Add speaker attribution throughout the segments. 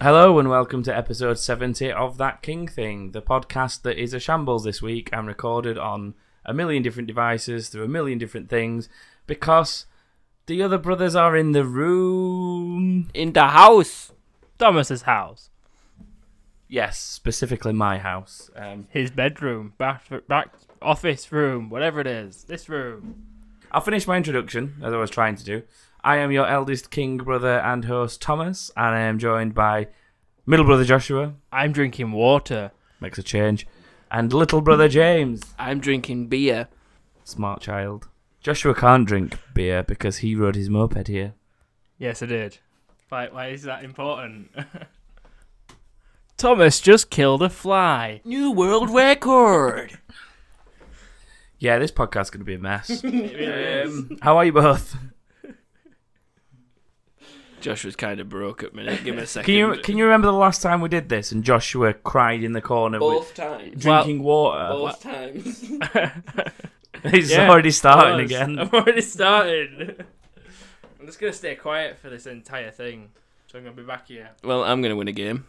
Speaker 1: Hello and welcome to episode 70 of That King Thing, the podcast that is a shambles this week and recorded on a million different devices through a million different things because the other brothers are in the room.
Speaker 2: in the house. Thomas's house.
Speaker 1: Yes, specifically my house. Um,
Speaker 2: His bedroom, back, back office room, whatever it is. This room.
Speaker 1: I'll finish my introduction as I was trying to do. I am your eldest king brother and host Thomas, and I am joined by middle brother Joshua,
Speaker 2: I'm drinking water.
Speaker 1: makes a change, and little brother James.
Speaker 3: I'm drinking beer.
Speaker 1: Smart child. Joshua can't drink beer because he rode his moped here.
Speaker 2: Yes, I did. Why, why is that important? Thomas just killed a fly.
Speaker 3: New world record.
Speaker 1: Yeah, this podcast's going to be a mess. um, how are you both?
Speaker 3: Josh was kind of broke at minute. Give me a second.
Speaker 1: Can you can you remember the last time we did this and Joshua cried in the corner with
Speaker 3: both times?
Speaker 1: drinking water?
Speaker 3: Both times.
Speaker 1: He's
Speaker 2: Yeah,
Speaker 1: already starting
Speaker 2: Thomas,
Speaker 1: again.
Speaker 2: I've already started. I'm just going to stay quiet for this entire thing. So I'm going to be back here.
Speaker 3: Well, I'm gonna win a game.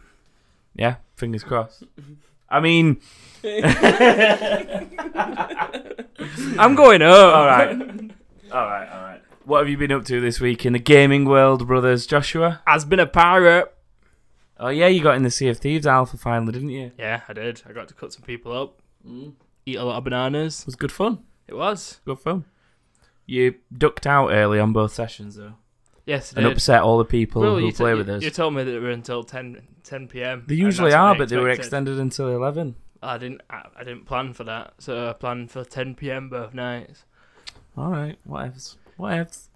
Speaker 1: Yeah, fingers crossed. I mean,
Speaker 2: I'm going up.
Speaker 1: all right, all right, all right. What have you been up to this week in the gaming world, brothers? Joshua?
Speaker 2: Has been a pirate.
Speaker 1: Oh yeah, you got in the Sea of Thieves alpha finally, didn't you?
Speaker 2: Yeah, I did. I got to cut some people up, eat a lot of bananas.
Speaker 1: It was good fun.
Speaker 2: It was.
Speaker 1: Good fun. You ducked out early on both sessions though,
Speaker 2: Yes, it
Speaker 1: and
Speaker 2: did.
Speaker 1: upset all the people
Speaker 2: Well,
Speaker 1: who
Speaker 2: you,
Speaker 1: play
Speaker 2: t-
Speaker 1: with
Speaker 2: you,
Speaker 1: us.
Speaker 2: you told me that they were until 10, 10 p.m.
Speaker 1: they
Speaker 2: and
Speaker 1: usually
Speaker 2: that's what
Speaker 1: are,
Speaker 2: I
Speaker 1: but they were
Speaker 2: expected.
Speaker 1: extended until eleven.
Speaker 2: I didn't. I, I didn't plan for that, so I planned for 10 p.m. both nights.
Speaker 1: All right, whatevs, whatevs.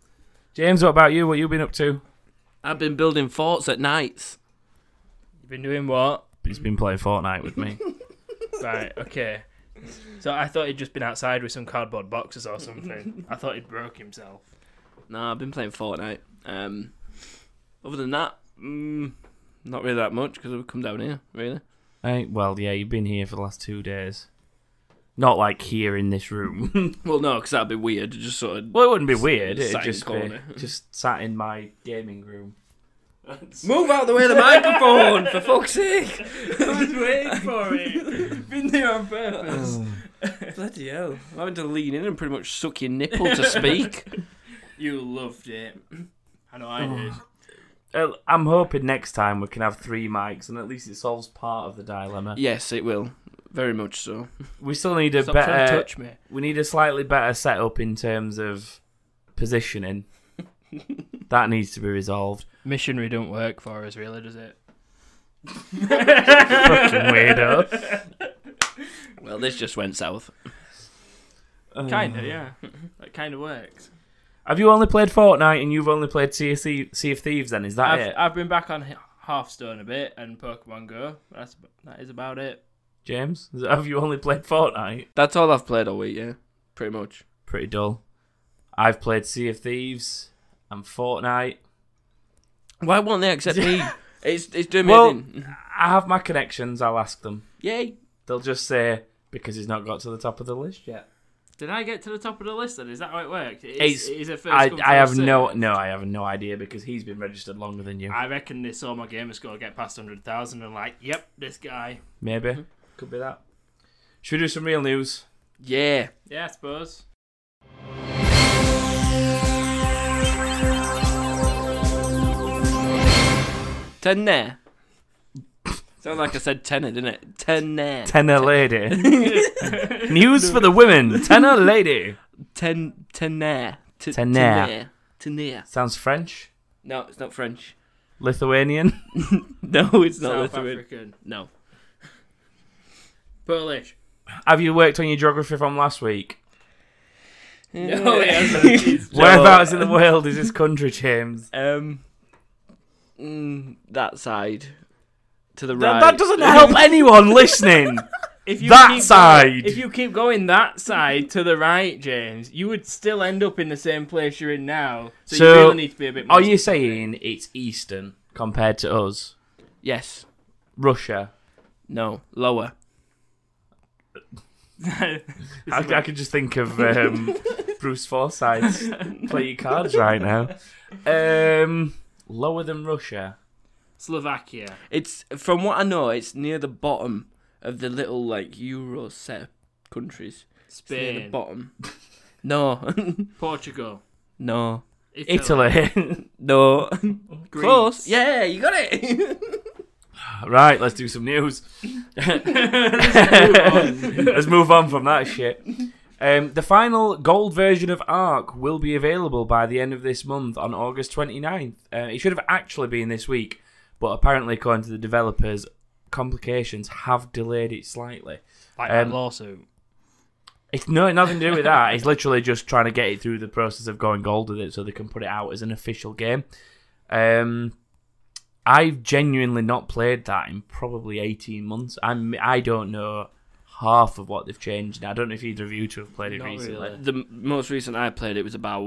Speaker 1: James, what about you? What you been up to?
Speaker 3: I've been building forts at nights.
Speaker 2: You've been doing what?
Speaker 1: He's been playing Fortnite with me.
Speaker 2: right. Okay. So I thought he'd just been outside with some cardboard boxes or something. I thought he'd broke himself.
Speaker 3: No, I've been playing Fortnite. Um, other than that, mm, not really that much because I've come down here. Really,
Speaker 1: Hey, well, yeah, you've been here for the last two days. Not like here in this room.
Speaker 3: well, no, because that'd be weird. Just sort of
Speaker 1: well, it wouldn't be weird.
Speaker 3: Sat
Speaker 1: It'd
Speaker 3: in
Speaker 1: just be
Speaker 3: corner.
Speaker 1: just sat in my gaming room.
Speaker 3: move out the way of the microphone for fuck's sake.
Speaker 2: I was waiting for it.
Speaker 3: Been there on purpose. Bloody hell! I'm having to lean in and pretty much suck your nipple to speak.
Speaker 2: You loved it. I know I did.
Speaker 1: Uh, I'm hoping next time we can have three mics, and at least it solves part of the dilemma.
Speaker 3: Yes, it will. Very much so.
Speaker 1: We still need a
Speaker 2: Stop trying to
Speaker 1: better.
Speaker 2: touch me.
Speaker 1: We need a slightly better setup in terms of positioning. that needs to be resolved.
Speaker 2: Missionary don't work for us, really, does it?
Speaker 1: Fucking weirdo.
Speaker 3: Well, this just went south.
Speaker 1: Mm.
Speaker 2: Kinda, yeah. That kind of works.
Speaker 1: Um, Have you only played Fortnite and you've only played Sea of, Thie- sea of Thieves? Then is that
Speaker 2: I've,
Speaker 1: it,
Speaker 2: I've been back on H- Hearthstone a bit and Pokemon Go. That's ab- that is about it.
Speaker 1: James? Is- Have you only played Fortnite?
Speaker 3: That's all I've played all week, yeah. Pretty much.
Speaker 1: Pretty dull. I've played Sea of Thieves and Fortnite.
Speaker 3: Why won't they accept me? It's it's doing me
Speaker 1: Well-
Speaker 3: a thing.
Speaker 1: I have my connections. I'll ask them.
Speaker 3: Yay.
Speaker 1: They'll just say because he's not got to the top of the list yet.
Speaker 2: Did I get to the top of the list? Then is that how it worked? It
Speaker 1: It's-
Speaker 2: is, it is a first
Speaker 1: I,
Speaker 2: come,
Speaker 1: I
Speaker 2: first
Speaker 1: have no
Speaker 2: served.
Speaker 1: no I have no idea because he's been registered longer than you.
Speaker 2: I reckon they saw my gamer score get past hundred thousand and like, yep, this guy.
Speaker 1: Maybe. Could be that. Should we do some real news?
Speaker 3: Yeah.
Speaker 2: Yeah, I suppose.
Speaker 3: Ten there. Sounds like I said tenner, didn't it? Ten there.
Speaker 1: Tenor lady. news for the women. Tenor lady.
Speaker 3: Ten tenner. T-
Speaker 1: Tenner.
Speaker 3: tenner. Tenner.
Speaker 1: Sounds French.
Speaker 3: No, it's not French.
Speaker 1: Lithuanian.
Speaker 3: No, it's not
Speaker 2: South
Speaker 3: Lithuanian.
Speaker 2: African,
Speaker 3: No.
Speaker 2: Polish.
Speaker 1: Have you worked on your geography from last week?
Speaker 2: No, he hasn't. He's-
Speaker 1: Whereabouts in the world is this country, James?
Speaker 3: Um mm, that side. To the
Speaker 1: That,
Speaker 3: right.
Speaker 1: that doesn't help anyone listening.
Speaker 2: If
Speaker 1: That
Speaker 2: keep
Speaker 1: side!
Speaker 2: Going, if you keep going that side to the right, James, you would still end up in the same place you're in now. So,
Speaker 1: So,
Speaker 2: you really need to be a bit. More
Speaker 1: Are you saying it's Eastern compared to us?
Speaker 3: Yes.
Speaker 1: Russia.
Speaker 3: No. Lower.
Speaker 2: I,
Speaker 1: I, I could just think of um, Bruce Forsyth's play your cards right now. Um, lower than Russia.
Speaker 4: Slovakia.
Speaker 3: It's from what I know, it's near the bottom of the little like Euro set of countries. It's near the
Speaker 4: Spain.
Speaker 3: bottom. no,
Speaker 4: Portugal.
Speaker 3: no,
Speaker 1: Italy.
Speaker 3: no.
Speaker 4: Greece.
Speaker 3: Close. Yeah, you got it.
Speaker 1: right, let's do some news. Let's move on from that shit. Um, the final gold version of Ark will be available by the end of this month on August 29th. Uh, it should have actually been this week, but apparently, according to the developers, complications have delayed it slightly.
Speaker 4: Like
Speaker 1: Um,
Speaker 4: that lawsuit.
Speaker 1: It's no nothing to do with that. It's literally just trying to get it through the process of going gold with it, so they can put it out as an official game. Um, I've genuinely not played that in probably eighteen months. I'm I don't know half of what they've changed. I don't know if either of you two have played it
Speaker 4: Not
Speaker 1: recently.
Speaker 4: really.
Speaker 3: the most recent I played it was about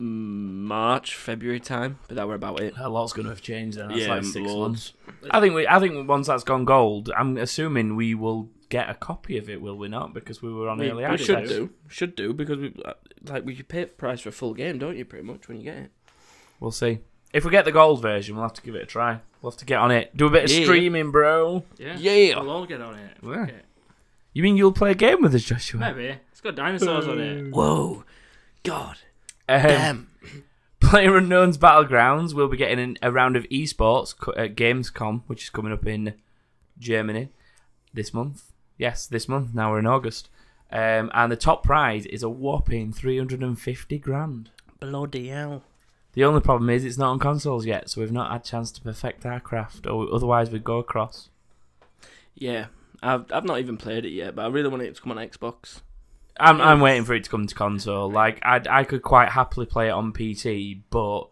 Speaker 3: mm, March, February time, but that were about it.
Speaker 1: A lot's going to have changed then. That's
Speaker 3: Yeah,
Speaker 1: like six
Speaker 3: loads.
Speaker 1: months. I think we. I think once that's gone gold, I'm assuming we will get a copy of it, will we not? Because we were on early
Speaker 3: we
Speaker 1: access.
Speaker 3: should do, should do because we uh, like we could pay the price for a full game, don't you? Pretty much when you get it.
Speaker 1: We'll see. If we get the gold version, we'll have to give it a try. We'll have to get on it. Do a bit of
Speaker 3: Yeah.
Speaker 1: streaming, bro.
Speaker 4: Yeah.
Speaker 3: Yeah.
Speaker 4: We'll all get on it.
Speaker 1: Yeah.
Speaker 4: Okay.
Speaker 1: You mean you'll play a game with us, Joshua?
Speaker 4: Maybe. It's got dinosaurs on it.
Speaker 3: Whoa, God,
Speaker 1: Um,
Speaker 3: damn.
Speaker 1: Player Unknown's Battlegrounds will be getting an, a round of esports co- at Gamescom, which is coming up in Germany this month. Yes, this month. Now we're in August. Um, and the top prize is a whopping 350 grand.
Speaker 3: Bloody hell.
Speaker 1: The only problem is it's not on consoles yet, so we've not had a chance to perfect our craft, or otherwise we'd go across.
Speaker 3: Yeah, I've I've not even played it yet, but I really want it to come on Xbox.
Speaker 1: I'm I'm waiting for it to come to console. Like I I could quite happily play it on PT, but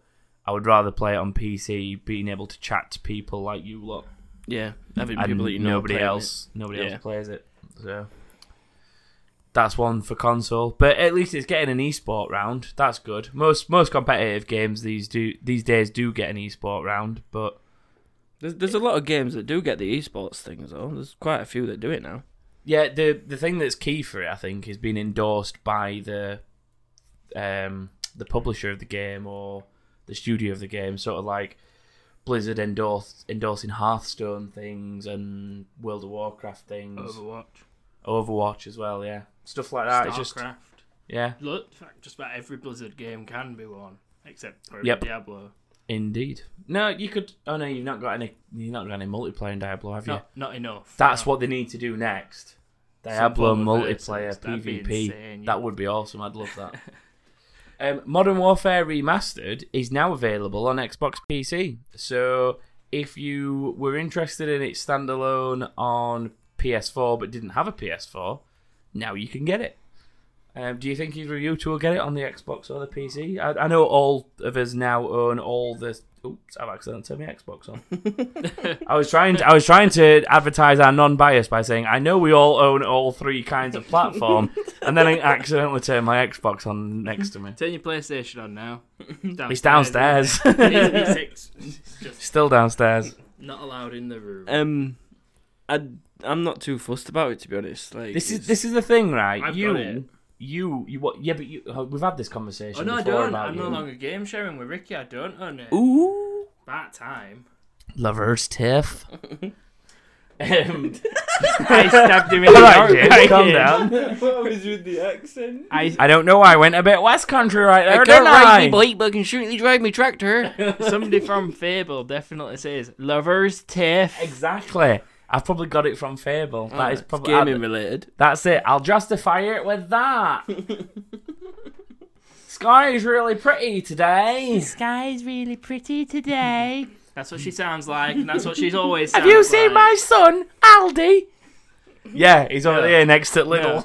Speaker 1: I would rather play it on PC, being able to chat to people like you lot
Speaker 3: Yeah, having
Speaker 1: and
Speaker 3: people that you know
Speaker 1: nobody
Speaker 3: playing
Speaker 1: else nobody
Speaker 3: Yeah.
Speaker 1: else plays it. So that's one for console, but at least it's getting an esport round. That's good. Most most competitive games these do these days do get an esport round, but
Speaker 3: it. There's there's a lot of games that do get the esports thing though. There's quite a few that do it now.
Speaker 1: Yeah, the the thing that's key for it, I think, is being endorsed by the um the publisher of the game or the studio of the game, sort of like Blizzard endorse, endorsing Hearthstone things and World of Warcraft things,
Speaker 4: Overwatch.
Speaker 1: Overwatch as well, yeah, stuff like that. It's just
Speaker 4: Starcraft.
Speaker 1: yeah,
Speaker 4: Look, in fact, just about every Blizzard game can be one, except for
Speaker 1: Yep.
Speaker 4: Diablo.
Speaker 1: indeed. No, you could. Oh no, you've not got any. You've not got any multiplayer in Diablo, have you?
Speaker 4: Not, not enough.
Speaker 1: That's
Speaker 4: No.
Speaker 1: what they need to do next.
Speaker 4: Some
Speaker 1: Diablo
Speaker 4: form of
Speaker 1: multiplayer
Speaker 4: versus. That'd be
Speaker 1: PvP.
Speaker 4: insane, yeah.
Speaker 1: That would be awesome. I'd love that. um, Modern Warfare Remastered is now available on Xbox PC. So if you were interested in it standalone on PS4 but didn't have a PS4, now you can get it. Um, do you think either of you two will get it on the Xbox or the PC? I, I know all of us now own all the. Oops, I've accidentally turned my Xbox on. I was trying. To, I was trying to advertise our non-bias by saying I know we all own all three kinds of platform, and then I accidentally turned my Xbox on next to me.
Speaker 4: Turn your PlayStation on now.
Speaker 1: It's downstairs,
Speaker 4: It is- it's ex- it's just
Speaker 1: still downstairs.
Speaker 4: not allowed in the room.
Speaker 3: Um, I I'm not too fussed about it to be honest. Like
Speaker 1: This is
Speaker 3: it's-
Speaker 1: this is the thing, right?
Speaker 4: I've
Speaker 1: you,
Speaker 4: got it.
Speaker 1: you, you, what? Yeah, but you, oh, we've had this conversation.
Speaker 4: oh no, I
Speaker 1: before
Speaker 4: don't.
Speaker 1: About
Speaker 4: I'm
Speaker 1: you.
Speaker 4: no longer game sharing with Ricky. I don't own it.
Speaker 3: Ooh.
Speaker 4: About time.
Speaker 1: lovers tiff. um,
Speaker 4: I stabbed him in
Speaker 1: all
Speaker 4: the
Speaker 1: right,
Speaker 4: arm.
Speaker 1: Jim, calm down.
Speaker 3: what was with the accent?
Speaker 4: I,
Speaker 1: I don't know. why I went a bit West Country right there,
Speaker 3: I
Speaker 1: didn't
Speaker 3: can't ride
Speaker 1: I?
Speaker 3: me bike, but I can certainly drive me tractor.
Speaker 4: somebody from Fable definitely says lovers tiff.
Speaker 1: Exactly. I've probably got it from Fable.
Speaker 4: Oh,
Speaker 1: That is
Speaker 3: It's
Speaker 1: probably
Speaker 3: gaming related.
Speaker 1: That's it. I'll justify it with that. Sky's really pretty today.
Speaker 4: sky's really pretty today. That's what she sounds like, and that's what she's always. Have
Speaker 1: son, Aldi? Yeah, he's over
Speaker 4: Yeah.
Speaker 1: there next to Little.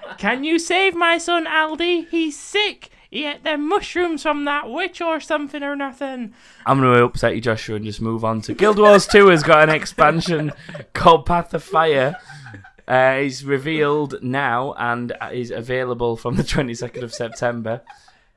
Speaker 4: Can you save my son Aldi? He's sick. He ate them mushrooms from that witch or something or nothing.
Speaker 1: I'm going to upset you, Joshua, and just move on to Guild Wars 2 has got an expansion called Path of Fire. Uh, it's revealed now and is available from the 22nd of September.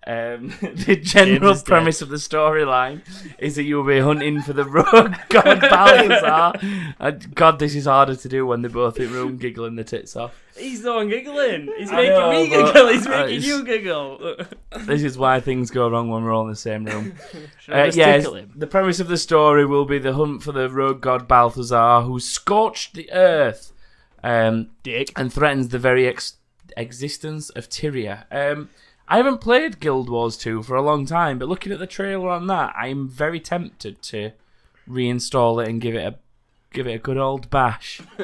Speaker 1: Um, the general
Speaker 3: is dead.
Speaker 1: premise of the storyline is that you'll be hunting for the rogue god Balthazar. And God, this is harder to do when they're both in room giggling their tits off.
Speaker 3: He's the one giggling. He's
Speaker 1: I
Speaker 3: making
Speaker 1: know,
Speaker 3: me
Speaker 1: but-
Speaker 3: giggle. He's
Speaker 1: uh,
Speaker 3: making
Speaker 1: it's- Uh,
Speaker 3: you giggle.
Speaker 1: This is why things go wrong when we're all in the same room.
Speaker 3: Should I
Speaker 1: Uh,
Speaker 3: just
Speaker 1: yes,
Speaker 3: tickle him?
Speaker 1: the premise of the story will be the hunt for the rogue god Balthazar, who scorched the earth um,
Speaker 3: Dick.
Speaker 1: and threatens the very ex- existence of Tyria. Um, I haven't played Guild Wars 2 for a long time, but looking at the trailer on that, I'm very tempted to reinstall it and give it a give it a good old bash.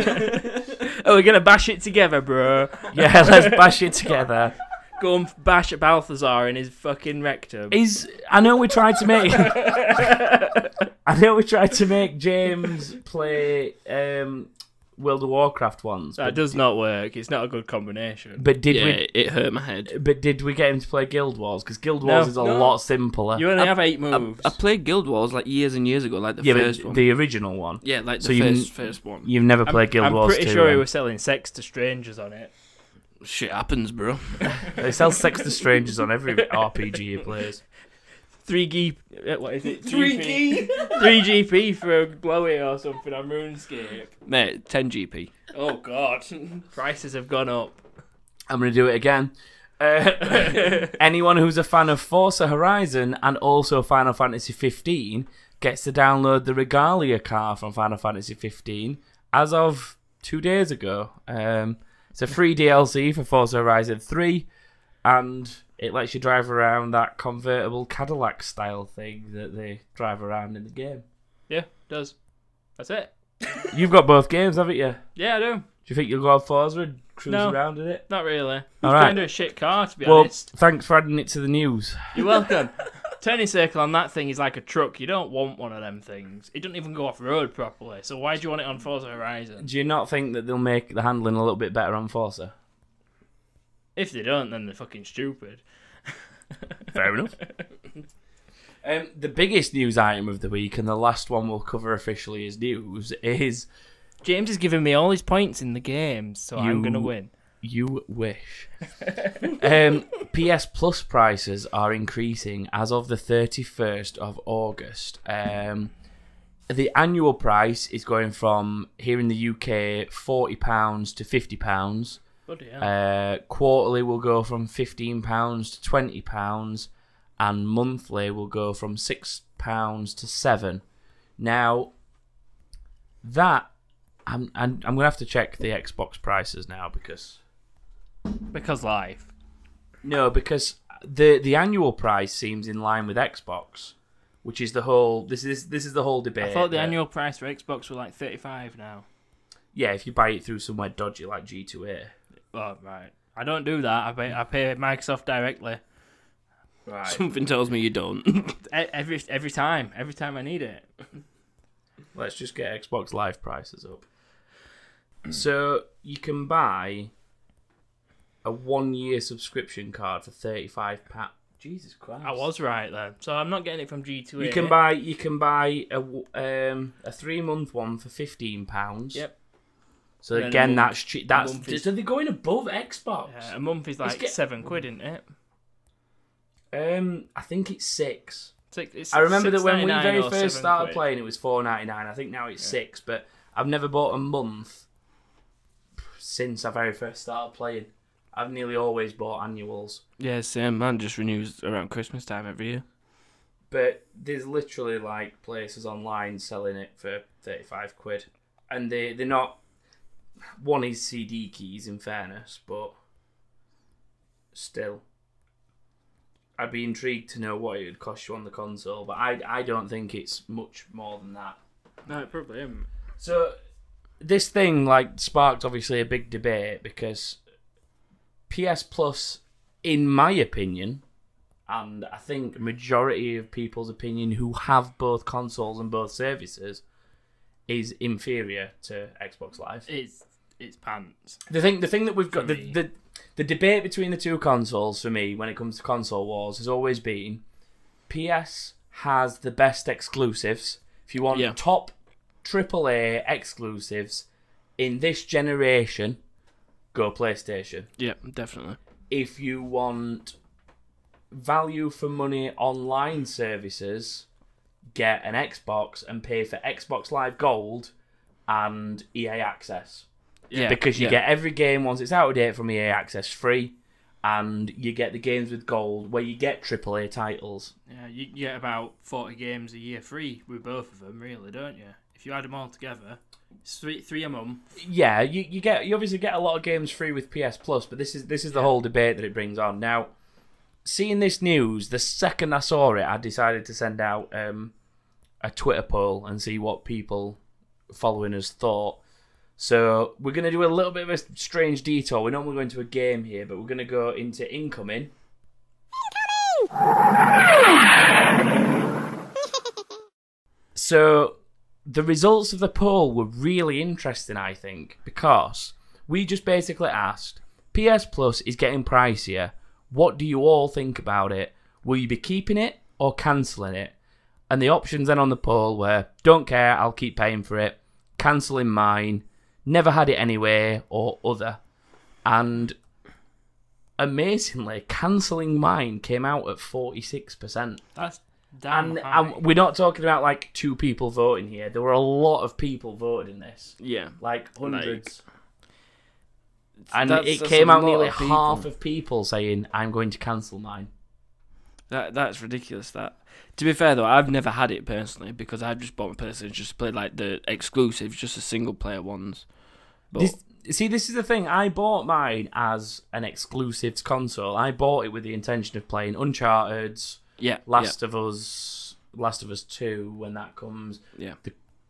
Speaker 3: Oh, we're gonna bash it together, bro.
Speaker 1: Yeah, let's bash it together.
Speaker 3: Go and bash Balthazar in his fucking rectum.
Speaker 1: Is I know we tried to make I know we tried to make James play um, World of Warcraft once,
Speaker 2: That
Speaker 1: but,
Speaker 2: does not work. It's not a good combination.
Speaker 1: but did
Speaker 3: yeah,
Speaker 1: we
Speaker 3: it- it hurt my head.
Speaker 1: But did we get him to play Guild Wars? Because Guild Wars
Speaker 3: No.
Speaker 1: is a
Speaker 3: No.
Speaker 1: lot simpler.
Speaker 2: You only
Speaker 3: I-
Speaker 2: have eight
Speaker 3: I,
Speaker 2: moves.
Speaker 3: I played Guild Wars like years and years ago, like the
Speaker 1: yeah,
Speaker 3: first
Speaker 1: but
Speaker 3: one.
Speaker 1: the original one.
Speaker 3: Yeah, like the
Speaker 1: So you
Speaker 3: first,
Speaker 1: n-
Speaker 3: first one.
Speaker 1: You've never played Guild
Speaker 2: I'm
Speaker 1: Wars
Speaker 2: pretty
Speaker 1: 2,
Speaker 2: sure he
Speaker 1: then.
Speaker 2: was selling sex to strangers on it.
Speaker 3: Shit happens, bro.
Speaker 1: They sell Sex to Strangers on every RPG he plays.
Speaker 2: Three G, uh, what is it?
Speaker 3: G.
Speaker 2: Three GP for a blowy or something on RuneScape.
Speaker 3: Mate, 10 GP.
Speaker 2: Oh God, prices have gone up.
Speaker 1: I'm going to do it again. Uh, anyone who's a fan of Forza Horizon and also Final Fantasy 15 gets to download the Regalia car from Final Fantasy 15 as of two days ago. Um, it's a free DLC for Forza Horizon 3, and it lets you drive around that convertible Cadillac style thing that they drive around in the game.
Speaker 2: Yeah, does. That's it.
Speaker 1: You've got both games, haven't you?
Speaker 2: Yeah, I do.
Speaker 1: Do you think you'll go on Forza and cruise
Speaker 2: No.
Speaker 1: around in it?
Speaker 2: Not really.
Speaker 1: All
Speaker 2: All
Speaker 1: right.
Speaker 2: right. Into a shit car, to be
Speaker 1: Well,
Speaker 2: honest.
Speaker 1: thanks for adding it to the news.
Speaker 2: You're welcome. Turning circle on that thing is like a truck. You don't want one of them things. It doesn't even go off road properly. So why do you want it on Forza Horizon?
Speaker 1: Do you not think that they'll make the handling a little bit better on Forza?
Speaker 2: If they don't, then they're fucking stupid.
Speaker 1: Fair enough. um, the biggest news item of the week, and the last one we'll cover officially as news, is
Speaker 2: James is giving me all his points in the game, so
Speaker 1: You-
Speaker 2: I'm gonna win.
Speaker 1: you wish. um, PS Plus prices are increasing as of the 31st of August. Um, the annual price is going from here in the UK £40 to £50.
Speaker 2: Bloody hell.
Speaker 1: Uh, quarterly will go from fifteen pounds to twenty pounds, and monthly will go from six pounds to seven. Now, that I'm, I'm I'm gonna have to check the Xbox prices now because
Speaker 2: because life.
Speaker 1: no, because the the annual price seems in line with Xbox, which is the whole this is this is the whole debate.
Speaker 2: I thought the
Speaker 1: that-
Speaker 2: annual price for Xbox were like 35 now.
Speaker 1: yeah, if you buy it through somewhere dodgy like G two A,
Speaker 2: Oh, right. I don't do that. I pay, I pay Microsoft directly.
Speaker 1: right?
Speaker 3: Something tells me you don't.
Speaker 2: E- Every every time, every time I need it.
Speaker 1: Let's just get Xbox Live prices up. so you can buy a one-year subscription card for thirty-five pounds. Jesus Christ!
Speaker 2: I was right then. So I'm not getting it from G2A.
Speaker 1: You can buy you can buy a w- um, a three-month one for fifteen pounds.
Speaker 2: Yep.
Speaker 1: So
Speaker 2: And then
Speaker 1: again,
Speaker 2: a month-
Speaker 1: that's cheap. That's
Speaker 2: month is-
Speaker 1: so they're going above Xbox.
Speaker 2: Yeah, a month is like
Speaker 1: get-
Speaker 2: seven quid, isn't it?
Speaker 1: Um, I think it's six.
Speaker 2: Six, it's
Speaker 1: I remember that when we
Speaker 2: 6.99
Speaker 1: very
Speaker 2: or
Speaker 1: first
Speaker 2: seven
Speaker 1: started
Speaker 2: quid.
Speaker 1: playing, it was four ninety nine. I think now it's six, but I've never bought a month since I very first started playing. I've nearly always bought annuals,
Speaker 3: yeah, same man just renews around Christmas time every year.
Speaker 1: but there's literally like places online selling it for thirty five quid, and they they're not. One is CD keys, in fairness, but still. I'd be intrigued to know what it would cost you on the console, but I I don't think it's much more than that.
Speaker 2: No, it probably isn't.
Speaker 1: So this thing like sparked obviously a big debate because PS Plus, in my opinion, and I think majority of people's opinion who have both consoles and both services, is inferior to Xbox Live.
Speaker 2: It's it's pants.
Speaker 1: The thing, the thing that we've got, the,
Speaker 2: For me.
Speaker 1: the the debate between the two consoles for me when it comes to console wars has always been, PS has the best exclusives. If you want
Speaker 3: Yeah.
Speaker 1: top AAA exclusives in this generation, go PlayStation.
Speaker 3: Yeah, definitely.
Speaker 1: If you want value for money online services get an Xbox and pay for Xbox Live Gold and EA Access
Speaker 3: Yeah,
Speaker 1: because you
Speaker 3: yeah.
Speaker 1: get every game once it's out of date from EA Access free, and you get the games with gold where you get AAA titles.
Speaker 2: Yeah, you get about 40 games a year free with both of them, really, don't you? If you add them all together, it's three, three a month.
Speaker 1: Yeah, you, you get you obviously get a lot of games free with PS Plus, but this is this is the whole debate that it brings on. Now, seeing this news, the second I saw it, I decided to send out um, a Twitter poll and see what people following us thought. So we're gonna do a little bit of a strange detour. We're normally going to a game here, but we're gonna go into incoming. So the results of the poll were really interesting, I think, because we just basically asked PS Plus is getting pricier. What do you all think about it? Will you be keeping it or cancelling it? And the options then on the poll were don't care, I'll keep paying for it, cancelling mine, never had it anyway, or other. And amazingly, cancelling mine came out at 46%.
Speaker 2: That's damn
Speaker 1: And,
Speaker 2: high.
Speaker 1: and we're not talking about like two people voting here. There were a lot of people voting in this,
Speaker 3: yeah.
Speaker 1: like hundreds. and
Speaker 3: That's-
Speaker 1: it
Speaker 3: that's
Speaker 1: came
Speaker 3: a
Speaker 1: out
Speaker 3: lot
Speaker 1: nearly
Speaker 3: of
Speaker 1: half
Speaker 3: people.
Speaker 1: of people saying, "I'm going to cancel mine."
Speaker 3: That that's ridiculous. That to be fair though, I've never had it personally because I've just bought my PlayStation just to play like the exclusives, just the single player ones. But
Speaker 1: This, see, this is the thing. I bought mine as an exclusive console. I bought it with the intention of playing Uncharted's,
Speaker 3: yeah,
Speaker 1: Last of Us, Last of Us Two when that comes,
Speaker 3: yeah,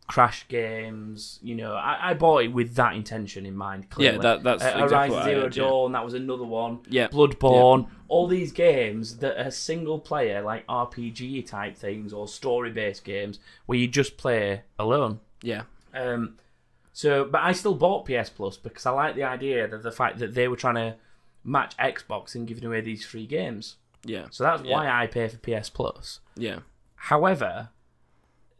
Speaker 1: Crash games. You know, I, I bought it with that intention in mind.
Speaker 3: yeah,
Speaker 1: Clearly.
Speaker 3: yeah. That that's
Speaker 1: Uh,
Speaker 3: exactly
Speaker 1: Horizon
Speaker 3: what I
Speaker 1: Zero
Speaker 3: heard, yeah.
Speaker 1: Dawn. That was another one.
Speaker 3: Yeah,
Speaker 1: Bloodborne, all these games that are single player, like RPG type things or story based games where you just play alone.
Speaker 3: yeah,
Speaker 1: Um, so, but I still bought PS Plus because I like the idea that the fact that they were trying to match Xbox and giving away these free games.
Speaker 3: yeah,
Speaker 1: So that's
Speaker 3: Yeah.
Speaker 1: why I pay for PS Plus.
Speaker 3: yeah,
Speaker 1: However,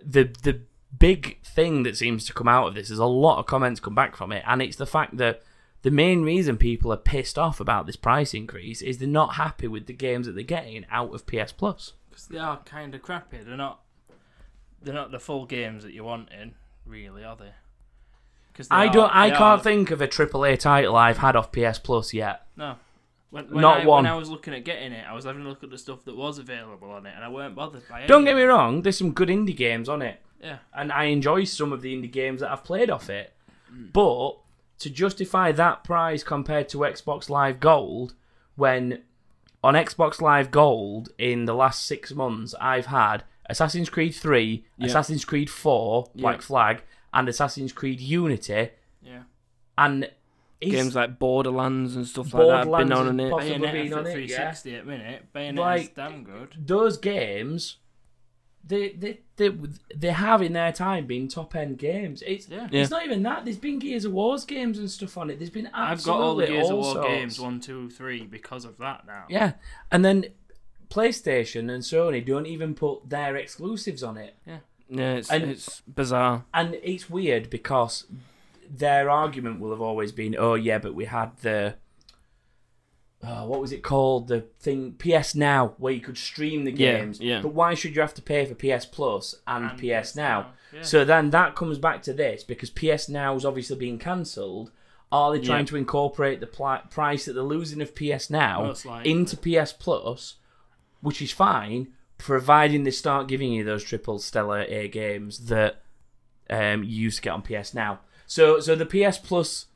Speaker 1: the the big thing that seems to come out of this is a lot of comments come back from it, and it's the fact that the main reason people are pissed off about this price increase is they're not happy with the games that they're getting out of PS Plus.
Speaker 2: Because they are kind of crappy. They're not. They're not the full games that you're wanting, really, are they? Because
Speaker 1: I don't, I can't think of a AAA title I've had off PS Plus yet.
Speaker 2: No. When, when
Speaker 1: Not
Speaker 2: I,
Speaker 1: one.
Speaker 2: When I was looking at getting it, I was having a look at the stuff that was available on it, and I weren't bothered by it.
Speaker 1: Don't get me wrong, there's some good indie games on it,
Speaker 2: Yeah.
Speaker 1: and I enjoy some of the indie games that I've played off it.
Speaker 3: Mm.
Speaker 1: But to justify that price compared to Xbox Live Gold, when on Xbox Live Gold in the last six months, I've had Assassin's Creed 3, Assassin's Creed 4, Black
Speaker 3: Yeah.
Speaker 1: Flag, and Assassin's Creed Unity,
Speaker 2: Yeah.
Speaker 1: and it's-
Speaker 3: Games like Borderlands and stuff like that. I've been
Speaker 1: Borderlands
Speaker 3: on
Speaker 1: is
Speaker 3: and it.
Speaker 1: possible. Probably
Speaker 2: Bayonetta
Speaker 1: being
Speaker 2: for
Speaker 1: on it, yeah.
Speaker 2: 360 at minute. Bayonetta's
Speaker 1: Like-
Speaker 2: damn good.
Speaker 1: those games, they, they they they have in their time been top end games. It's
Speaker 2: Yeah.
Speaker 3: Yeah.
Speaker 1: it's not even that. There's been Gears of Wars games and stuff on it. There's been
Speaker 2: I've got all the
Speaker 1: absolutely
Speaker 2: Gears of
Speaker 1: all
Speaker 2: War
Speaker 1: sorts.
Speaker 2: games one, two, three because of that now.
Speaker 1: Yeah, and then PlayStation and Sony don't even put their exclusives on it,
Speaker 3: Yeah, it's
Speaker 1: And-
Speaker 3: it's bizarre.
Speaker 1: and it's weird because their argument will have always been, "Oh yeah, but we had the." Uh, what was it called? The thing PS Now, where you could stream the
Speaker 3: Yeah,
Speaker 1: games.
Speaker 3: yeah.
Speaker 1: But why should you have to pay for PS Plus and,
Speaker 2: And
Speaker 1: PS, Now?
Speaker 2: Yeah.
Speaker 1: So then that comes back to this because PS Now is obviously being cancelled. Are they trying
Speaker 3: Yeah.
Speaker 1: to incorporate the pli price that they're losing of PS Now
Speaker 2: Most likely.
Speaker 1: into PS Plus, which is fine, providing they start giving you those triple stellar A games that um, you used to get on PS Now. So, so the PS Plus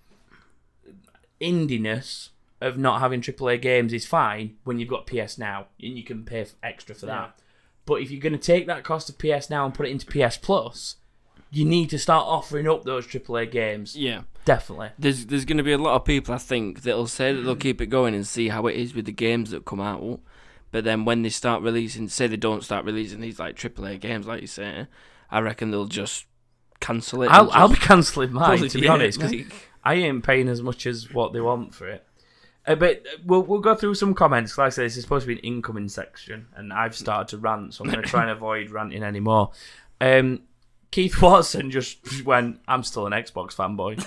Speaker 1: indiness of not having AAA games is fine when you've got PS Now and you can pay f- extra for that. But if you're going to take that cost of PS Now and put it into PS Plus, you need to start offering up those AAA games.
Speaker 3: Yeah,
Speaker 1: Definitely.
Speaker 3: there's there's going to be a lot of people I think that'll say that they'll
Speaker 1: Mm.
Speaker 3: keep it going and see how it is with the games that come out. But then when they start releasing, say they don't start releasing these like AAA games, like you say, I reckon they'll just cancel it. and
Speaker 1: I'll, I'll be
Speaker 3: just-
Speaker 1: cancelling mine, to be
Speaker 3: Yeah,
Speaker 1: honest, 'cause
Speaker 3: like-
Speaker 1: I ain't paying as much as what they want for it. Uh, but we'll, we'll go through some comments. Like I said, this is supposed to be an incoming section, and I've started to rant, so I'm going to try and avoid ranting anymore. Um, Keith Watson just went, I'm still an Xbox fanboy.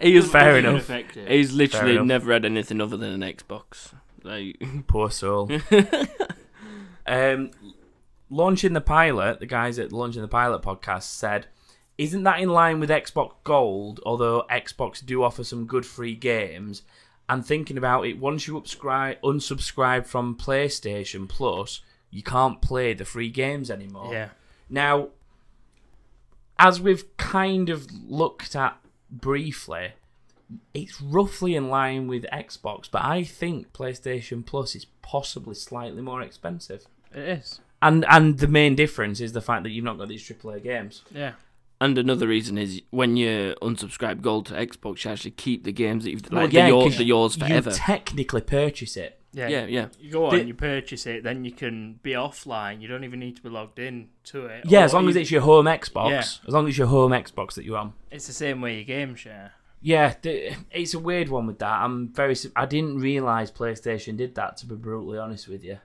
Speaker 3: he is
Speaker 1: Fair enough.
Speaker 2: Effective.
Speaker 3: He's
Speaker 1: Fair
Speaker 3: literally
Speaker 1: enough.
Speaker 3: never had anything other than an Xbox. Like,
Speaker 1: Poor soul. um, launching the pilot, the guys at launching the pilot podcast said, "Isn't that in line with Xbox Gold? Although Xbox do offer some good free games." And thinking about it, once you upscri- unsubscribe from PlayStation Plus, you can't play the free games anymore.
Speaker 2: Yeah.
Speaker 1: Now, as we've kind of looked at briefly, it's roughly in line with Xbox, but I think PlayStation Plus is possibly slightly more expensive.
Speaker 2: It is.
Speaker 1: And and the main difference is the fact that you've not got these AAA games.
Speaker 2: Yeah.
Speaker 3: and another reason is when you unsubscribe Gold to Xbox, you actually keep the games that you've like
Speaker 1: Well,
Speaker 3: they're,
Speaker 1: yeah,
Speaker 3: yours,
Speaker 1: 'cause
Speaker 3: they're yours
Speaker 1: You
Speaker 3: forever.
Speaker 1: technically purchase it.
Speaker 2: Yeah.
Speaker 3: yeah, yeah.
Speaker 2: You go on,
Speaker 1: The-
Speaker 2: you purchase it, then you can be offline. You don't even need to be logged in to it.
Speaker 1: Yeah,
Speaker 2: Or
Speaker 1: as long as
Speaker 2: you-
Speaker 1: it's your home Xbox.
Speaker 2: Yeah.
Speaker 1: As long as it's your home Xbox that you're on.
Speaker 2: It's the same way your game share.
Speaker 1: Yeah, th- it's a weird one with that. I'm very. su- I didn't realize PlayStation did that. To be brutally honest with you,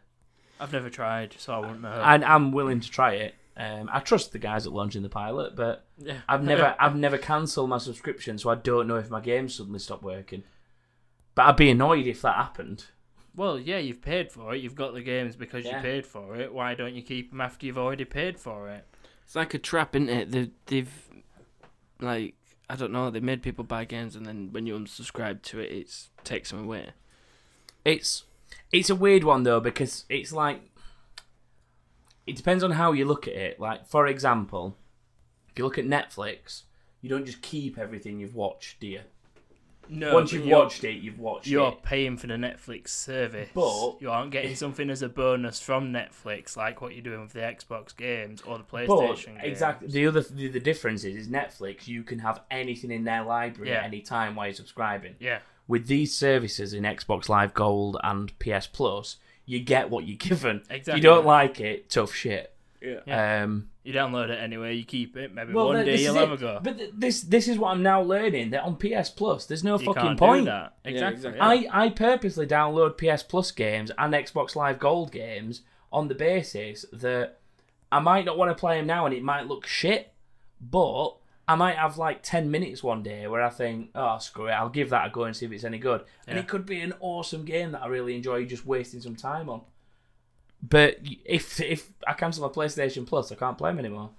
Speaker 2: I've never tried, so I wouldn't know.
Speaker 1: and I'm willing to try it. Um, I trust the guys at launching the pilot, but
Speaker 2: yeah.
Speaker 1: I've never I've never cancelled my subscription, so I don't know if my game suddenly stopped working. But I'd be annoyed if that happened.
Speaker 2: Well, yeah, you've paid for it. You've got the games because
Speaker 1: Yeah.
Speaker 2: you paid for it. Why don't you keep them after you've already paid for it?
Speaker 3: It's like a trap, isn't it? They've, they've like, I don't know, they made people buy games, and then when you unsubscribe to it, it takes them away.
Speaker 1: It's it's a weird one though because it's like it depends on how you look at it. Like for example, if you look at Netflix, you don't just keep everything you've watched, do you?
Speaker 2: No.
Speaker 1: Once
Speaker 2: but
Speaker 1: you've
Speaker 2: you're-
Speaker 1: watched it, you've watched
Speaker 2: You're
Speaker 1: it.
Speaker 2: paying for the Netflix service,
Speaker 1: But-
Speaker 2: you aren't getting something as a bonus from Netflix like what you're doing with the Xbox games or the
Speaker 1: But
Speaker 2: PlayStation. games.
Speaker 1: exactly the other the, the difference is, is Netflix. You can have anything in their library
Speaker 2: Yeah.
Speaker 1: at any time while you're subscribing.
Speaker 2: Yeah.
Speaker 1: with these services in Xbox Live Gold and PS Plus, you get what you're given. If
Speaker 2: Exactly.
Speaker 1: you don't like it, tough shit.
Speaker 3: Yeah.
Speaker 1: Um,
Speaker 2: You download it anyway. You keep it. Maybe
Speaker 1: well,
Speaker 2: one
Speaker 1: th-
Speaker 2: day
Speaker 1: this is
Speaker 2: you'll
Speaker 1: it.
Speaker 2: have a go.
Speaker 1: But th- this this is what I'm now learning that on PS Plus, there's no
Speaker 2: You
Speaker 1: fucking
Speaker 2: can't do
Speaker 1: point.
Speaker 2: that.
Speaker 3: Yeah,
Speaker 2: Exactly.
Speaker 3: exactly.
Speaker 1: I I purposely download PS Plus games and Xbox Live Gold games on the basis that I might not want to play them now and it might look shit, but I might have like 10 minutes one day where I think, oh, screw it, I'll give that a go and see if it's any good. And it could be an awesome game that I really enjoy just wasting some time on. But y- if if I cancel my PlayStation Plus, I can't play them anymore.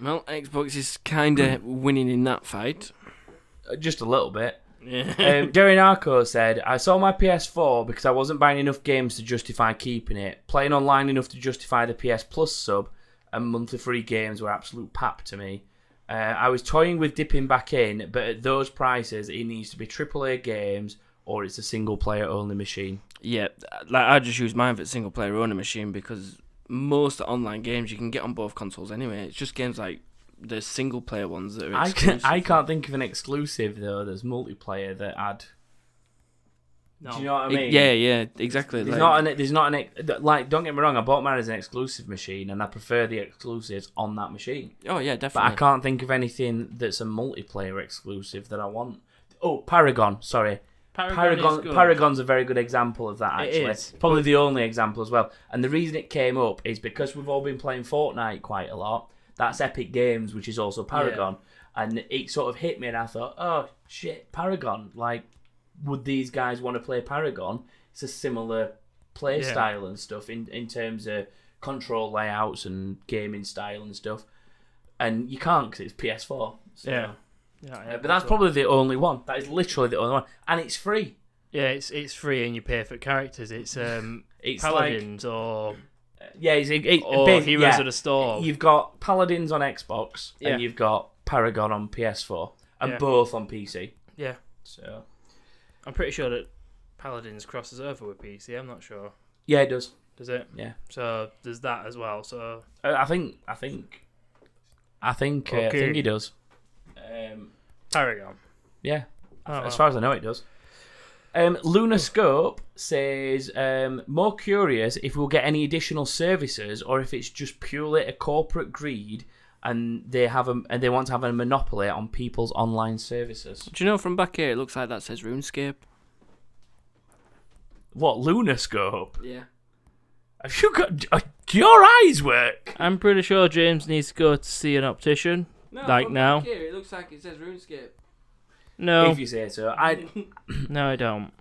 Speaker 3: Well, Xbox is kind of
Speaker 1: Hmm.
Speaker 3: winning in that fight.
Speaker 1: Uh, Just a little bit.
Speaker 3: Yeah.
Speaker 1: um, Darren Arco said, I sold my PS4 because I wasn't buying enough games to justify keeping it. Playing online enough to justify the PS Plus sub and monthly free games were absolute pap to me. Uh, I was toying with dipping back in, but at those prices, it needs to be AAA games or it's a single player only machine.
Speaker 3: yeah, like I just use mine for single player owner machine because most online games you can get on both consoles anyway. It's just games like the single player ones that are
Speaker 1: I, can,
Speaker 3: exclusive.
Speaker 1: I can't think of an exclusive, though, that's multiplayer that had.
Speaker 2: No.
Speaker 1: Do you know what I mean?
Speaker 3: yeah, yeah, exactly.
Speaker 1: There's
Speaker 3: like-
Speaker 1: not an. There's not an. ex- Like, don't get me wrong. I bought mine as an exclusive machine, and I prefer the exclusives on that machine.
Speaker 3: oh yeah,
Speaker 1: But
Speaker 3: definitely.
Speaker 1: I can't think of anything that's a multiplayer exclusive that I want. Oh, Paragon, sorry.
Speaker 2: Paragon, is
Speaker 1: Paragon,
Speaker 2: good.
Speaker 1: Paragon's a very good example of that.
Speaker 2: It
Speaker 1: Actually,
Speaker 2: is.
Speaker 1: probably the only example as well. And the reason it came up is because we've all been playing Fortnite quite a lot. That's Epic Games, which is also Paragon, and it sort of hit me, and I thought, oh shit, Paragon. Like, would these guys want to play Paragon? It's a similar play
Speaker 2: Yeah.
Speaker 1: style and stuff in in terms of control layouts and gaming style and stuff. And you can't because it's PS4. So.
Speaker 2: Yeah. Yeah,
Speaker 1: Uh, but that's probably the only one. That is literally the only one, and it's free.
Speaker 2: Yeah, it's it's free and you pay for characters. It's Oh, um
Speaker 1: It's
Speaker 2: paladins or
Speaker 1: like yeah, it's it, it,
Speaker 2: or
Speaker 1: bas-
Speaker 2: heroes
Speaker 1: yeah.
Speaker 2: of the storm.
Speaker 1: You've got Paladins on Xbox,
Speaker 2: Yeah.
Speaker 1: and you've got Paragon on PS4, and
Speaker 2: Yeah.
Speaker 1: both on PC.
Speaker 2: Yeah,
Speaker 1: So
Speaker 2: I'm pretty sure that paladins crosses over with PC. I'm not sure.
Speaker 1: yeah, it does.
Speaker 2: Does it?
Speaker 1: Yeah.
Speaker 2: So there's that as well. So
Speaker 1: Uh, I think I think I think uh, I
Speaker 2: Okay.
Speaker 1: think he does. Um,
Speaker 2: Paragon.
Speaker 1: yeah,
Speaker 2: Oh, Hmm.
Speaker 1: as
Speaker 2: well.
Speaker 1: far as I know, it does. Um, Lunar Scope says, um, more curious if we'll get any additional services or if it's just purely a corporate greed and they have a, and they want to have a monopoly on people's online services.
Speaker 3: Do you know from back here? It looks like that says RuneScape.
Speaker 1: What Lunar Scope?
Speaker 3: Yeah.
Speaker 1: Have you got? Uh, do your eyes work?
Speaker 2: I'm pretty sure James needs to go to see an optician. Like from now? back
Speaker 3: here, it looks like it says RuneScape.
Speaker 2: No,
Speaker 1: If you say so, I
Speaker 2: no, I don't.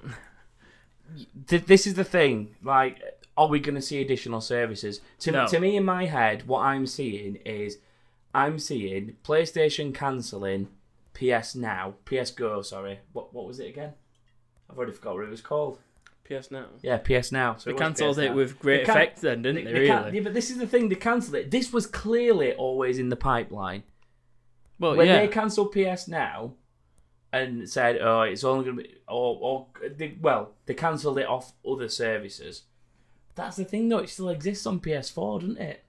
Speaker 1: th- this is the thing. Like, are we going to see additional services? To,
Speaker 2: No.
Speaker 1: to me, in my head, what I'm seeing is I'm seeing PlayStation cancelling PS Now, PS Go. Sorry, what what was it again? I've already forgot what it was called.
Speaker 3: PS Now.
Speaker 1: Yeah, PS Now. So
Speaker 2: They
Speaker 1: it was
Speaker 2: cancelled
Speaker 1: PS
Speaker 2: it
Speaker 1: Now.
Speaker 2: with great
Speaker 1: They can-
Speaker 2: effect, then, didn't they?
Speaker 1: can-
Speaker 2: Really?
Speaker 1: yeah, but this is the thing. They cancelled it. This was clearly always in the pipeline
Speaker 3: Well,
Speaker 1: when
Speaker 3: yeah.
Speaker 1: they cancelled PS Now and said, "Oh, it's only going to be," or, or they, well, they cancelled it off other services. That's the thing, though. It still exists on PS4, doesn't it?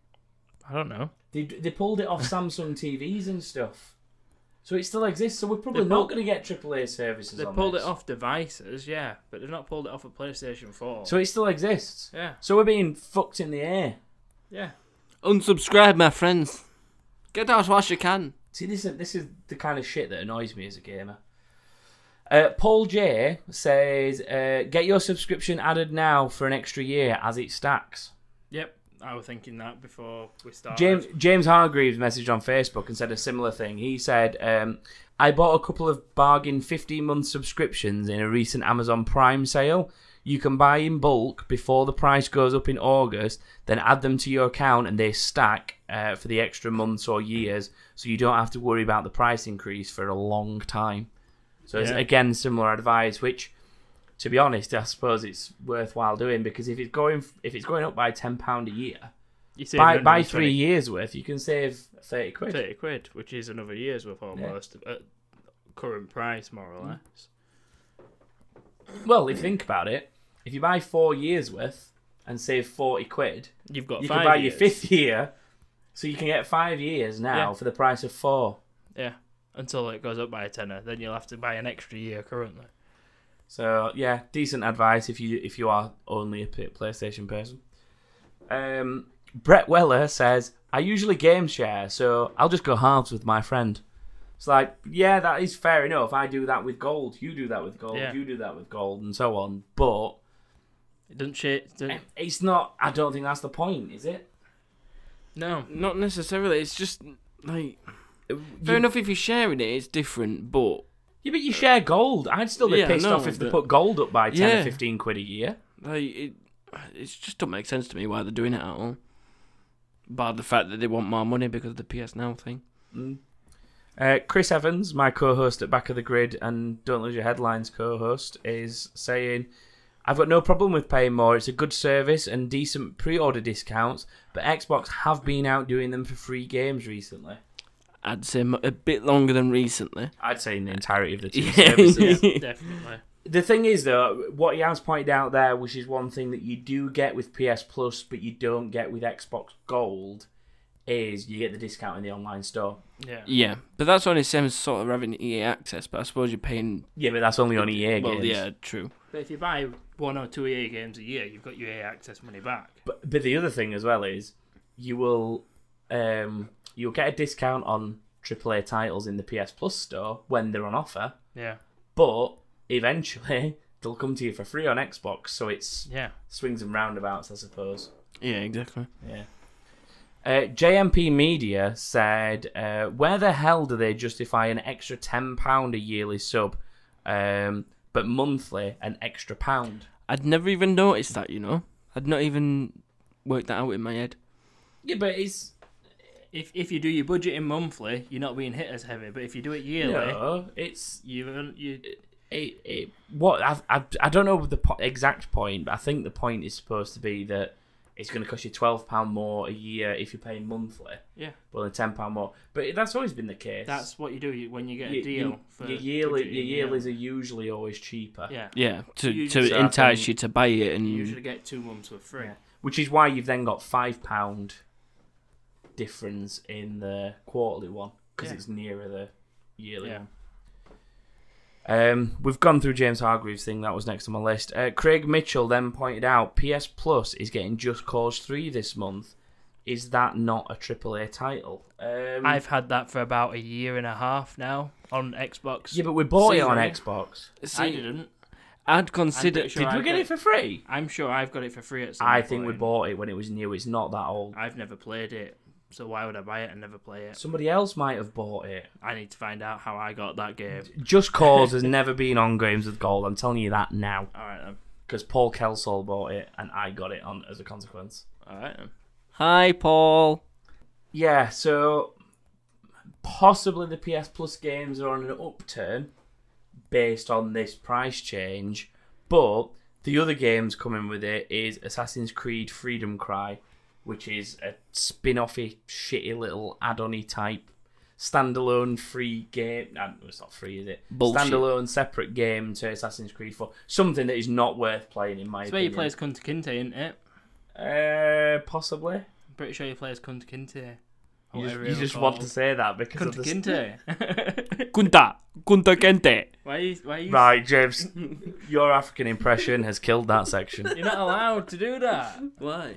Speaker 2: I don't know.
Speaker 1: They they pulled it off Samsung TVs and stuff, so it still exists. So we're probably
Speaker 2: They
Speaker 1: not
Speaker 2: pulled-
Speaker 1: going to get AAA services.
Speaker 2: They
Speaker 1: on
Speaker 2: pulled
Speaker 1: this.
Speaker 2: it off devices, yeah, but they've not pulled it off a PlayStation 4.
Speaker 1: so it still exists.
Speaker 2: yeah,
Speaker 1: So we're being fucked in the air.
Speaker 2: yeah.
Speaker 3: Unsubscribe, my friends. Get out whilst you can.
Speaker 1: See, this is this is the kind of shit that annoys me as a gamer. Uh, Paul J says, uh, "Get your subscription added now for an extra year as it stacks."
Speaker 2: Yep, I was thinking that before we started.
Speaker 1: James James Hargreaves messaged on Facebook and said a similar thing. He said, um, "I bought a couple of bargain 15-month subscriptions in a recent Amazon Prime sale. You can buy in bulk before the price goes up in August, then add them to your account and they stack uh, for the extra months or years, so you don't have to worry about the price increase for a long time." So it's
Speaker 2: Yeah.
Speaker 1: again similar advice, which to be honest, I suppose it's worthwhile doing because if it's going if it's going up by ten pound a year,
Speaker 2: You saved
Speaker 1: by, by
Speaker 2: 120
Speaker 1: three years worth, you can save 30 quid.
Speaker 2: 30 quid, which is another year's worth almost at current price, more
Speaker 1: Mm.
Speaker 2: or less.
Speaker 1: Well, if you think about it, if you buy four years worth and save 40 quid,
Speaker 2: You've got
Speaker 1: you
Speaker 2: five
Speaker 1: can buy
Speaker 2: years.
Speaker 1: your fifth year. So you can get five years now
Speaker 2: Yeah.
Speaker 1: for the price of four.
Speaker 2: Yeah, until it goes up by a tenner. Then you'll have to buy an extra year currently.
Speaker 1: So yeah, decent advice if you if you are only a P- PlayStation person. Um, Brett Weller says, "I usually game share, so I'll just go halves with my friend." It's like, yeah, that is fair enough. I do that with gold. You do that with gold.
Speaker 2: Yeah.
Speaker 1: You do that with gold, and so on. But
Speaker 2: It doesn't shit. Doesn't,
Speaker 1: It's not. I don't think that's the point, is it?
Speaker 2: no.
Speaker 3: Not necessarily. It's just like
Speaker 1: you,
Speaker 3: fair enough if you're sharing it, it's different. But
Speaker 1: Yeah, but you share gold. I'd still be
Speaker 3: Yeah,
Speaker 1: pissed
Speaker 3: no,
Speaker 1: off if they
Speaker 3: but-
Speaker 1: put gold up by ten or
Speaker 3: Yeah.
Speaker 1: fifteen quid a year.
Speaker 3: like it, it just don't make sense to me why they're doing it at all. Bar the fact that they want more money because of the PS Now thing.
Speaker 1: Uh, Chris Evans, my co-host at Back of the Grid and Don't Lose Your Headlines co-host, is saying, "I've got no problem with paying more. It's a good service and decent pre-order discounts, but Xbox have been out doing them for free games recently.
Speaker 3: I'd say mo- a bit longer than recently.
Speaker 1: I'd say in the entirety of the two services."
Speaker 2: Yeah,
Speaker 3: Yeah.
Speaker 2: definitely.
Speaker 1: The thing is, though, what he has pointed out there, which is one thing that you do get with PS Plus, but you don't get with Xbox Gold, is you get the discount in the online store.
Speaker 2: Yeah.
Speaker 3: Yeah, but that's only same as sort of having EA access. But I suppose you're paying.
Speaker 1: Yeah, but that's only on EA games.
Speaker 3: Well, yeah, true.
Speaker 2: But if you buy one or two EA games a year, you've got your EA access money back.
Speaker 1: But, but the other thing as well is you will um, you'll get a discount on AAA titles in the PS Plus store when they're on offer,
Speaker 2: Yeah.
Speaker 1: but eventually they'll come to you for free on Xbox. So it's
Speaker 2: Yeah.
Speaker 1: swings and roundabouts, I suppose.
Speaker 3: Yeah, exactly.
Speaker 1: Yeah. Uh, JMP Media said, uh, "Where the hell do they justify an extra ten pound a yearly sub, um, but monthly an extra pound?"
Speaker 3: I'd never even noticed that. You know, I'd not even worked that out in my head.
Speaker 1: Yeah, but it's
Speaker 2: If if you do your budgeting monthly, you're not being hit as heavy. But if you do it yearly,
Speaker 1: no, it's
Speaker 2: you earn- you
Speaker 1: it, it, what I, I I don't know the po- exact point, but I think the point is supposed to be that it's going to cost you twelve pound more a year if you're paying monthly,
Speaker 2: yeah.
Speaker 1: but only ten pound more. But that's always been the case.
Speaker 2: That's what you do you- when you get a
Speaker 1: Your-
Speaker 2: deal.
Speaker 1: your-
Speaker 2: for
Speaker 1: your yearly
Speaker 2: budgeting,
Speaker 1: your
Speaker 2: yeah.
Speaker 1: yearlies are usually always cheaper.
Speaker 2: Yeah.
Speaker 3: Yeah, to
Speaker 2: Usually-
Speaker 3: to
Speaker 1: So I
Speaker 3: entice
Speaker 1: think-
Speaker 3: you to buy it and
Speaker 2: You
Speaker 1: Mm.
Speaker 2: usually get two months for free.
Speaker 1: Yeah. which is why you've then got five pound difference in the quarterly one because
Speaker 2: Yeah.
Speaker 1: it's nearer the yearly
Speaker 2: Yeah.
Speaker 1: one. Um, we've gone through James Hargreaves thing that was next on my list. Uh, Craig Mitchell then pointed out PS Plus is getting Just Cause Three this month. Is that not a AAA title? Um,
Speaker 2: I've had that for about a year and a half now on Xbox.
Speaker 1: yeah, but we bought it
Speaker 2: Seen
Speaker 1: on
Speaker 2: it.
Speaker 1: Xbox.
Speaker 3: See,
Speaker 2: I didn't.
Speaker 3: I'd consider.
Speaker 2: pretty sure
Speaker 1: Did
Speaker 2: I
Speaker 1: we get
Speaker 2: got
Speaker 1: it for free?
Speaker 2: I'm sure I've got it for free at some
Speaker 1: I think we
Speaker 2: point.
Speaker 1: bought it when it was new. It's not that old.
Speaker 2: I've never played it, so why would I buy it and never play it?
Speaker 1: Somebody else might have bought it.
Speaker 2: I need to find out how I got that game.
Speaker 1: Just Cause has never been on games with gold. I'm telling you that now.
Speaker 2: All right then.
Speaker 1: because Paul Kelsall bought it and I got it on as a consequence.
Speaker 3: All right. then. Hi, Paul.
Speaker 1: Yeah, so possibly the PS Plus games are on an upturn based on this price change, but the other games coming with it is Assassin's Creed Freedom Cry, which is a spin offy, shitty little add on y type standalone free game. Nah, it's not free, is it?
Speaker 3: Bullshit.
Speaker 1: Standalone separate game to Assassin's Creed 4. Something that is not worth playing, in my
Speaker 2: It's where you
Speaker 1: opinion.
Speaker 2: play as Kunta Kinte, isn't it?
Speaker 1: Uh, possibly.
Speaker 2: I'm pretty sure you play as Kunta Kinte. or
Speaker 1: You just,
Speaker 2: whatever
Speaker 1: you
Speaker 2: it was
Speaker 1: just want to
Speaker 2: called.
Speaker 1: say that because of
Speaker 2: Kunta
Speaker 1: the
Speaker 2: Kinte.
Speaker 3: Kunta. Kunta Kente.
Speaker 2: why are you, why are you,
Speaker 1: Right, James, your African impression has killed that section.
Speaker 2: You're not allowed to do that
Speaker 3: Why?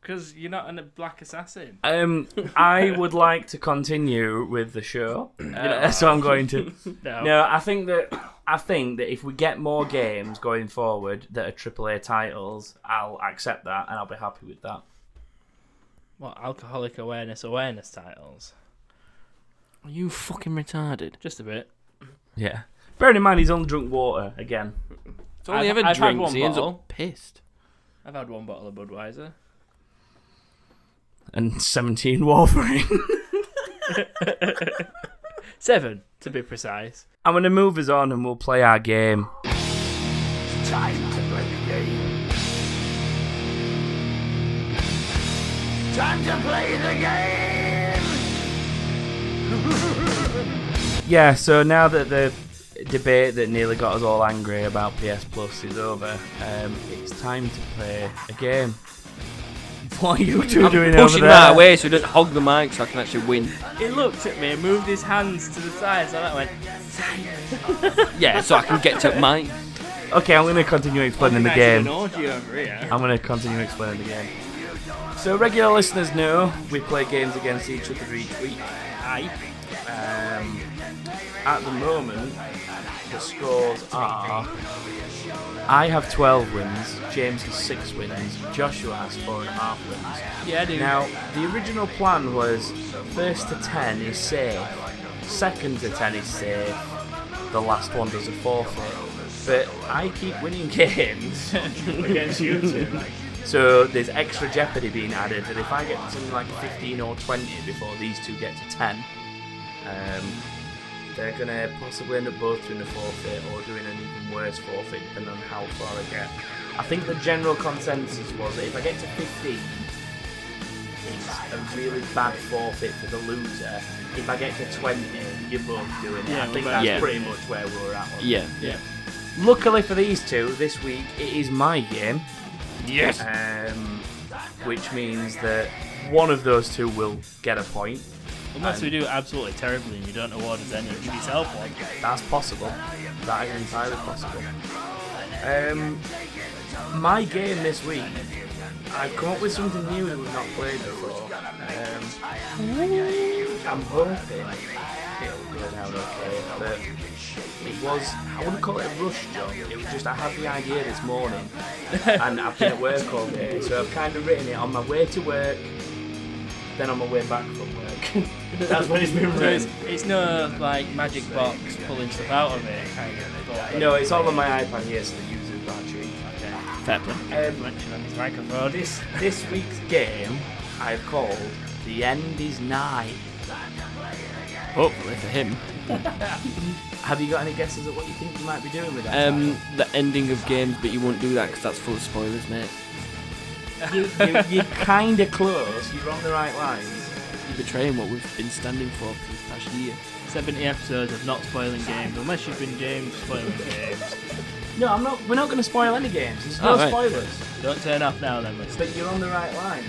Speaker 2: because you're not a black assassin.
Speaker 1: Um, I would like to continue with the show, Uh, so I'm going to.
Speaker 2: No.
Speaker 1: No, I think that I think that if we get more games going forward that are AAA titles, I'll accept that and I'll be happy with that.
Speaker 2: What alcoholic awareness awareness titles?
Speaker 3: Are you fucking retarded?
Speaker 2: Just a bit.
Speaker 1: Yeah. Bearing in mind he's only drunk water again.
Speaker 3: It's all he
Speaker 2: I've-
Speaker 3: ever
Speaker 2: I've had
Speaker 3: drinks.
Speaker 2: one
Speaker 3: He ends
Speaker 2: bottle.
Speaker 3: up pissed.
Speaker 2: I've had one bottle of Budweiser.
Speaker 1: And 17 Warframe.
Speaker 2: Seven, to be precise.
Speaker 1: I'm going to move us on and we'll play our game. Yeah, so now that the debate that nearly got us all angry about PS Plus is over, um, it's time to play a game. What are you two doing over
Speaker 3: Pushing
Speaker 1: there?
Speaker 3: that away so he doesn't hog the mic so I can actually win.
Speaker 2: He looked at me and moved his hands to the sides and I went,
Speaker 3: Yeah, so I can get to mine.
Speaker 1: Okay, I'm going to continue explaining the game.
Speaker 2: An orgy over here.
Speaker 1: I'm going to continue explaining the game. So, regular listeners know we play games against each other each week.
Speaker 2: Aye.
Speaker 1: Um, at the moment, the scores are I have 12 wins, James has 6 wins, Joshua has 4.5 wins.
Speaker 2: Yeah, dude.
Speaker 1: Now, the original plan was first to 10 is safe, second to 10 is safe, the last one does a forfeit. But I keep winning games against you two. So there's extra jeopardy being added that if I get to something like 15 or 20 before these two get to 10, um, they're going to possibly end up both doing a forfeit or doing an even worse forfeit depending on how far I get. I think the general consensus was that if I get to 15, it's a really bad forfeit for the loser. If I get to 20, you're both doing it.
Speaker 2: Yeah,
Speaker 1: I think
Speaker 2: we're
Speaker 1: that's
Speaker 3: both-
Speaker 1: pretty much where we were at. wasn't it?
Speaker 3: Yeah.
Speaker 1: Luckily for these two, this week it is my game,
Speaker 3: Yes.
Speaker 1: um, which means that one of those two will get a point.
Speaker 2: Unless we do absolutely terribly and you don't award us any, give yourself one.
Speaker 1: That's possible. That is entirely possible. Um, my game this week, I've come up with something new that we've not played before. Um, I'm hoping it'll go down okay, but it was, I wouldn't call it a rush job, it was just I had the idea this morning and I've been at work all day, so I've kind of written it on my way to work, then on my way back from work. That's when it's been
Speaker 2: So it's,
Speaker 1: written.
Speaker 2: it's no like magic box pulling stuff out of it kind of thought.
Speaker 1: No, it's all on my iPad here, so the user's battery.
Speaker 3: Fair play.
Speaker 1: Um,
Speaker 2: Mention on his microphone.
Speaker 1: this this week's game I've called "The End Is Nigh."
Speaker 3: Hopefully for him.
Speaker 1: Have you got any guesses at what you think you might be doing with that?
Speaker 3: Um, the ending of games, but you won't do that because that's full of spoilers, mate.
Speaker 1: title? you, you, are kind of close. You're on the right lines.
Speaker 3: You're betraying what we've been standing for for this past year.
Speaker 2: 70 episodes of not spoiling games, unless you've been James spoiling games.
Speaker 1: No, I'm not. We're not going to spoil any games. There's no
Speaker 3: Oh, right.
Speaker 1: spoilers.
Speaker 2: Don't turn off now then, mister.
Speaker 1: But you're on the right line.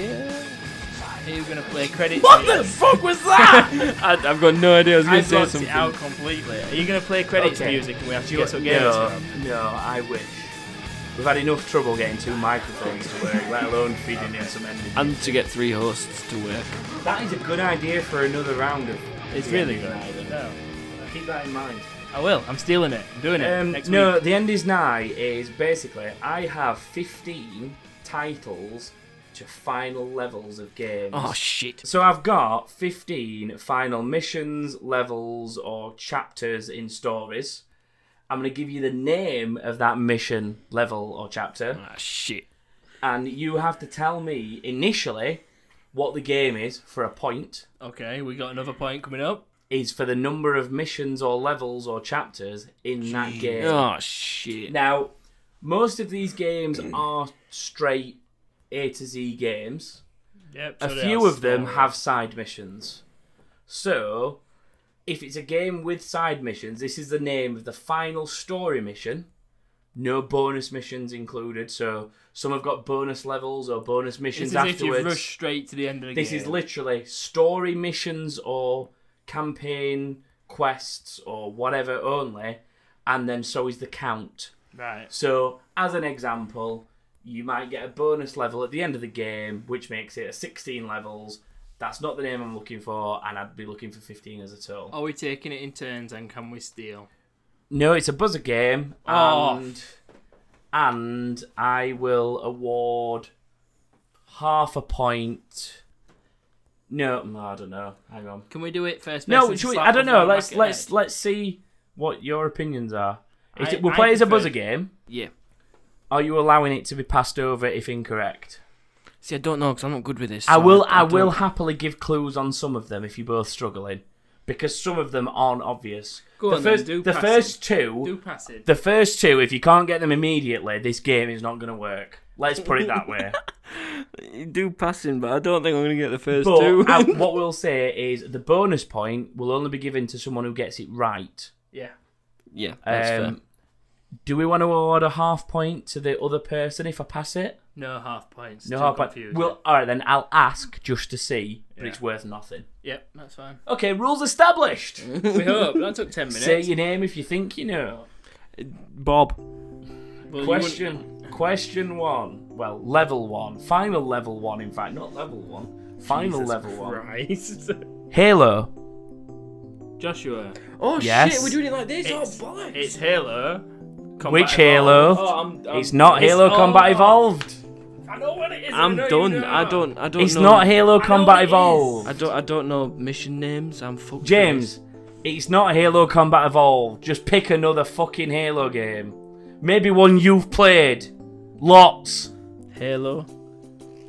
Speaker 2: Are you going to play credits?
Speaker 1: fuck was that?
Speaker 3: I, I've got no idea. I was
Speaker 2: I
Speaker 3: going to say
Speaker 2: blocked it
Speaker 3: something.
Speaker 2: out completely. Are you going to play credits
Speaker 1: Okay.
Speaker 2: music and we have to
Speaker 1: Do you
Speaker 2: guess
Speaker 1: want
Speaker 2: what
Speaker 1: game?
Speaker 2: game it's
Speaker 1: No,
Speaker 2: from?
Speaker 1: no, I wish. We've had enough trouble getting two microphones to work, let alone feeding in some ending.
Speaker 3: And to get three hosts to work.
Speaker 1: That is a good idea for another round of.
Speaker 2: It's
Speaker 1: The
Speaker 2: really
Speaker 1: End Is
Speaker 2: good.
Speaker 1: Nigh, though.
Speaker 2: No.
Speaker 1: Keep that in mind.
Speaker 2: I will. I'm stealing it. I'm doing it.
Speaker 1: Um,
Speaker 2: Next
Speaker 1: no,
Speaker 2: week.
Speaker 1: the end is nigh is basically I have 15 titles to final levels of games.
Speaker 3: Oh, shit.
Speaker 1: so I've got 15 final missions, levels, or chapters in stories. I'm going to give you the name of that mission level or chapter,
Speaker 3: Ah, shit.
Speaker 1: and you have to tell me initially what the game is for a point.
Speaker 2: Okay, we got another point coming up.
Speaker 1: Is for the number of missions or levels or chapters in that game.
Speaker 3: Oh, shit.
Speaker 1: Now, most of these games
Speaker 2: Mm.
Speaker 1: are straight A to Z games.
Speaker 2: Yep.
Speaker 1: A
Speaker 2: so they
Speaker 1: few
Speaker 2: are
Speaker 1: of them
Speaker 2: small.
Speaker 1: have side missions. So, if it's a game with side missions, this is the name of the final story mission. No bonus missions included. So, some have got bonus levels or bonus
Speaker 2: This
Speaker 1: missions
Speaker 2: is if you
Speaker 1: afterwards.
Speaker 2: rush straight to the end of the
Speaker 1: This
Speaker 2: game.
Speaker 1: is literally story missions or campaign quests or whatever only. And then so is the count.
Speaker 2: right.
Speaker 1: So, as an example, you might get a bonus level at the end of the game, which makes it a 16 levels. That's not the name I'm looking for, and I'd be looking for 15 as a total.
Speaker 2: Are we taking it in turns and can we steal?
Speaker 1: No, it's a buzzer game,
Speaker 2: Oh.
Speaker 1: and and I will award half a point. No, no, I don't know. Hang on.
Speaker 2: Can we do it first?
Speaker 1: No,
Speaker 2: person
Speaker 1: should we,
Speaker 2: slap
Speaker 1: I don't
Speaker 2: off
Speaker 1: know.
Speaker 2: my
Speaker 1: Let's
Speaker 2: racket
Speaker 1: let's
Speaker 2: next?
Speaker 1: let's see what your opinions are. Is
Speaker 2: I-
Speaker 1: it, we'll
Speaker 2: I
Speaker 1: play it as a
Speaker 2: prefer-
Speaker 1: buzzer game.
Speaker 3: Yeah.
Speaker 1: Are you allowing it to be passed over if incorrect?
Speaker 3: See, I don't know because I'm not good with this.
Speaker 1: I
Speaker 3: so
Speaker 1: will. I, will
Speaker 3: don't-
Speaker 1: happily give clues on some of them if you're both struggling, because some of them aren't obvious.
Speaker 2: Go
Speaker 1: the
Speaker 2: on then,
Speaker 1: first,
Speaker 2: do
Speaker 1: the
Speaker 2: pass
Speaker 1: first
Speaker 2: do
Speaker 1: two,
Speaker 2: passive.
Speaker 1: the first two. If you can't get them immediately, this game is not going to work. Letlet's put it that way.
Speaker 3: You do passing, but I don't think I'm going to get the first
Speaker 1: But
Speaker 3: two.
Speaker 1: I- what we'll say is the bonus point will only be given to someone who gets it right.
Speaker 2: Yeah.
Speaker 3: yeah, that's
Speaker 1: Um, do we want to award a half point to the other person if I pass it?
Speaker 2: No half points.
Speaker 1: No
Speaker 2: Too
Speaker 1: half point.
Speaker 2: confusing.
Speaker 1: Well, all right then. I'll ask just to see, but
Speaker 2: Yeah.
Speaker 1: it's worth nothing.
Speaker 2: Yep, that's fine.
Speaker 1: Okay, rules established.
Speaker 2: We hope that took ten minutes.
Speaker 1: Say your name if you think you know.
Speaker 3: fair. Bob.
Speaker 2: Well, you
Speaker 1: Question question one. Well, level one. Final level one, in fact. Not level one. Final
Speaker 2: wouldn't-
Speaker 1: level one.
Speaker 2: Jesus Christ.
Speaker 1: Halo.
Speaker 2: Joshua,
Speaker 3: Oh
Speaker 1: Yes.
Speaker 3: shit, we're doing it like this.
Speaker 2: It's-
Speaker 3: oh bollocks.
Speaker 2: it's Halo. Combat
Speaker 1: Which
Speaker 2: Evolved.
Speaker 1: Halo?
Speaker 3: oh, I'm, I'm,
Speaker 1: It's not
Speaker 2: it's-
Speaker 1: Halo
Speaker 2: oh.
Speaker 1: Combat Evolved.
Speaker 2: I know what it is. I
Speaker 3: I'm
Speaker 2: know you
Speaker 3: done.
Speaker 2: know.
Speaker 3: I don't. I don't.
Speaker 1: It's
Speaker 3: know,
Speaker 1: not Halo
Speaker 2: know
Speaker 1: Combat
Speaker 2: it is.
Speaker 3: I
Speaker 1: Evolved.
Speaker 3: don't. I don't know mission names. I'm fucked. with
Speaker 1: James,
Speaker 3: this.
Speaker 1: it's not Halo Combat Evolved. Just pick another fucking Halo game. Maybe one you've played. Lots.
Speaker 3: Halo.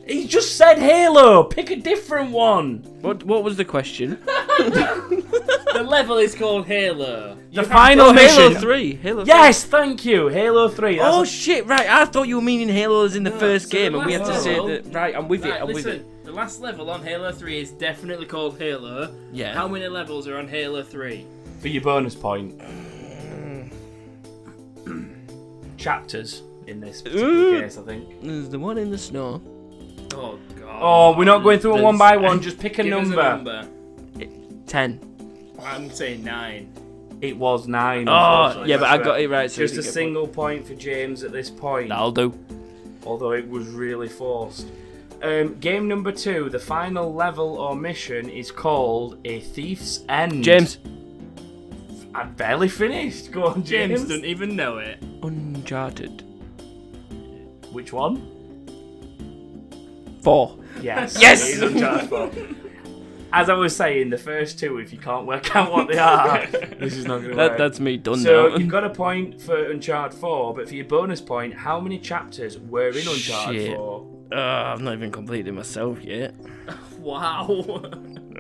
Speaker 1: He just said Halo. Pick a different one.
Speaker 3: What? What was the question?
Speaker 2: The level is called Halo.
Speaker 1: The final mission.
Speaker 3: Halo Three. Halo.
Speaker 1: Yes, thank you. Halo 3.
Speaker 3: Three.
Speaker 1: That's
Speaker 3: Oh shit! Right, I thought you were meaning Halo is in the first
Speaker 2: so
Speaker 3: game,
Speaker 2: the
Speaker 3: and we have
Speaker 2: last
Speaker 3: to say
Speaker 2: Halo-
Speaker 3: that. Right, I'm with it.
Speaker 2: Right,
Speaker 3: I'm with it.
Speaker 2: listen, the last level on Halo 3 is definitely called Halo.
Speaker 3: Yeah.
Speaker 2: How many levels are on Halo 3?
Speaker 1: For your bonus point. Chapters in this particular
Speaker 3: Mm. Ooh.
Speaker 1: case, I think.
Speaker 3: There's the one in the snow.
Speaker 2: Oh, God.
Speaker 1: Oh, we're not going through them one by one. Just pick a
Speaker 2: Give us
Speaker 1: number.
Speaker 2: a number.
Speaker 3: Ten.
Speaker 2: I'm saying nine.
Speaker 1: It was nine.
Speaker 3: Oh,
Speaker 1: unfortunately,
Speaker 3: yeah, but I
Speaker 1: that's
Speaker 3: got
Speaker 1: right.
Speaker 3: it right. So
Speaker 1: Just
Speaker 3: you
Speaker 1: a
Speaker 3: get one.
Speaker 1: single point for James at this point,
Speaker 3: That'll do.
Speaker 1: although it was really forced. Um, game number two, the final level or mission is called A Thief's End.
Speaker 3: James.
Speaker 1: I barely finished. Go on,
Speaker 2: James
Speaker 1: James.
Speaker 2: doesn't even know it.
Speaker 3: Uncharted.
Speaker 1: Which one?
Speaker 3: Four.
Speaker 1: Yes.
Speaker 3: Yes!
Speaker 1: it is Uncharted 4. As I was saying, the first two, if you can't work out what they are, this is not going to work.
Speaker 3: That, that's me done
Speaker 1: So
Speaker 3: now.
Speaker 1: you've got a point for Uncharted 4, but for your bonus point, how many chapters were in Uncharted
Speaker 3: Shit.
Speaker 1: 4?
Speaker 3: Uh, I've not even completed myself yet.
Speaker 2: Wow.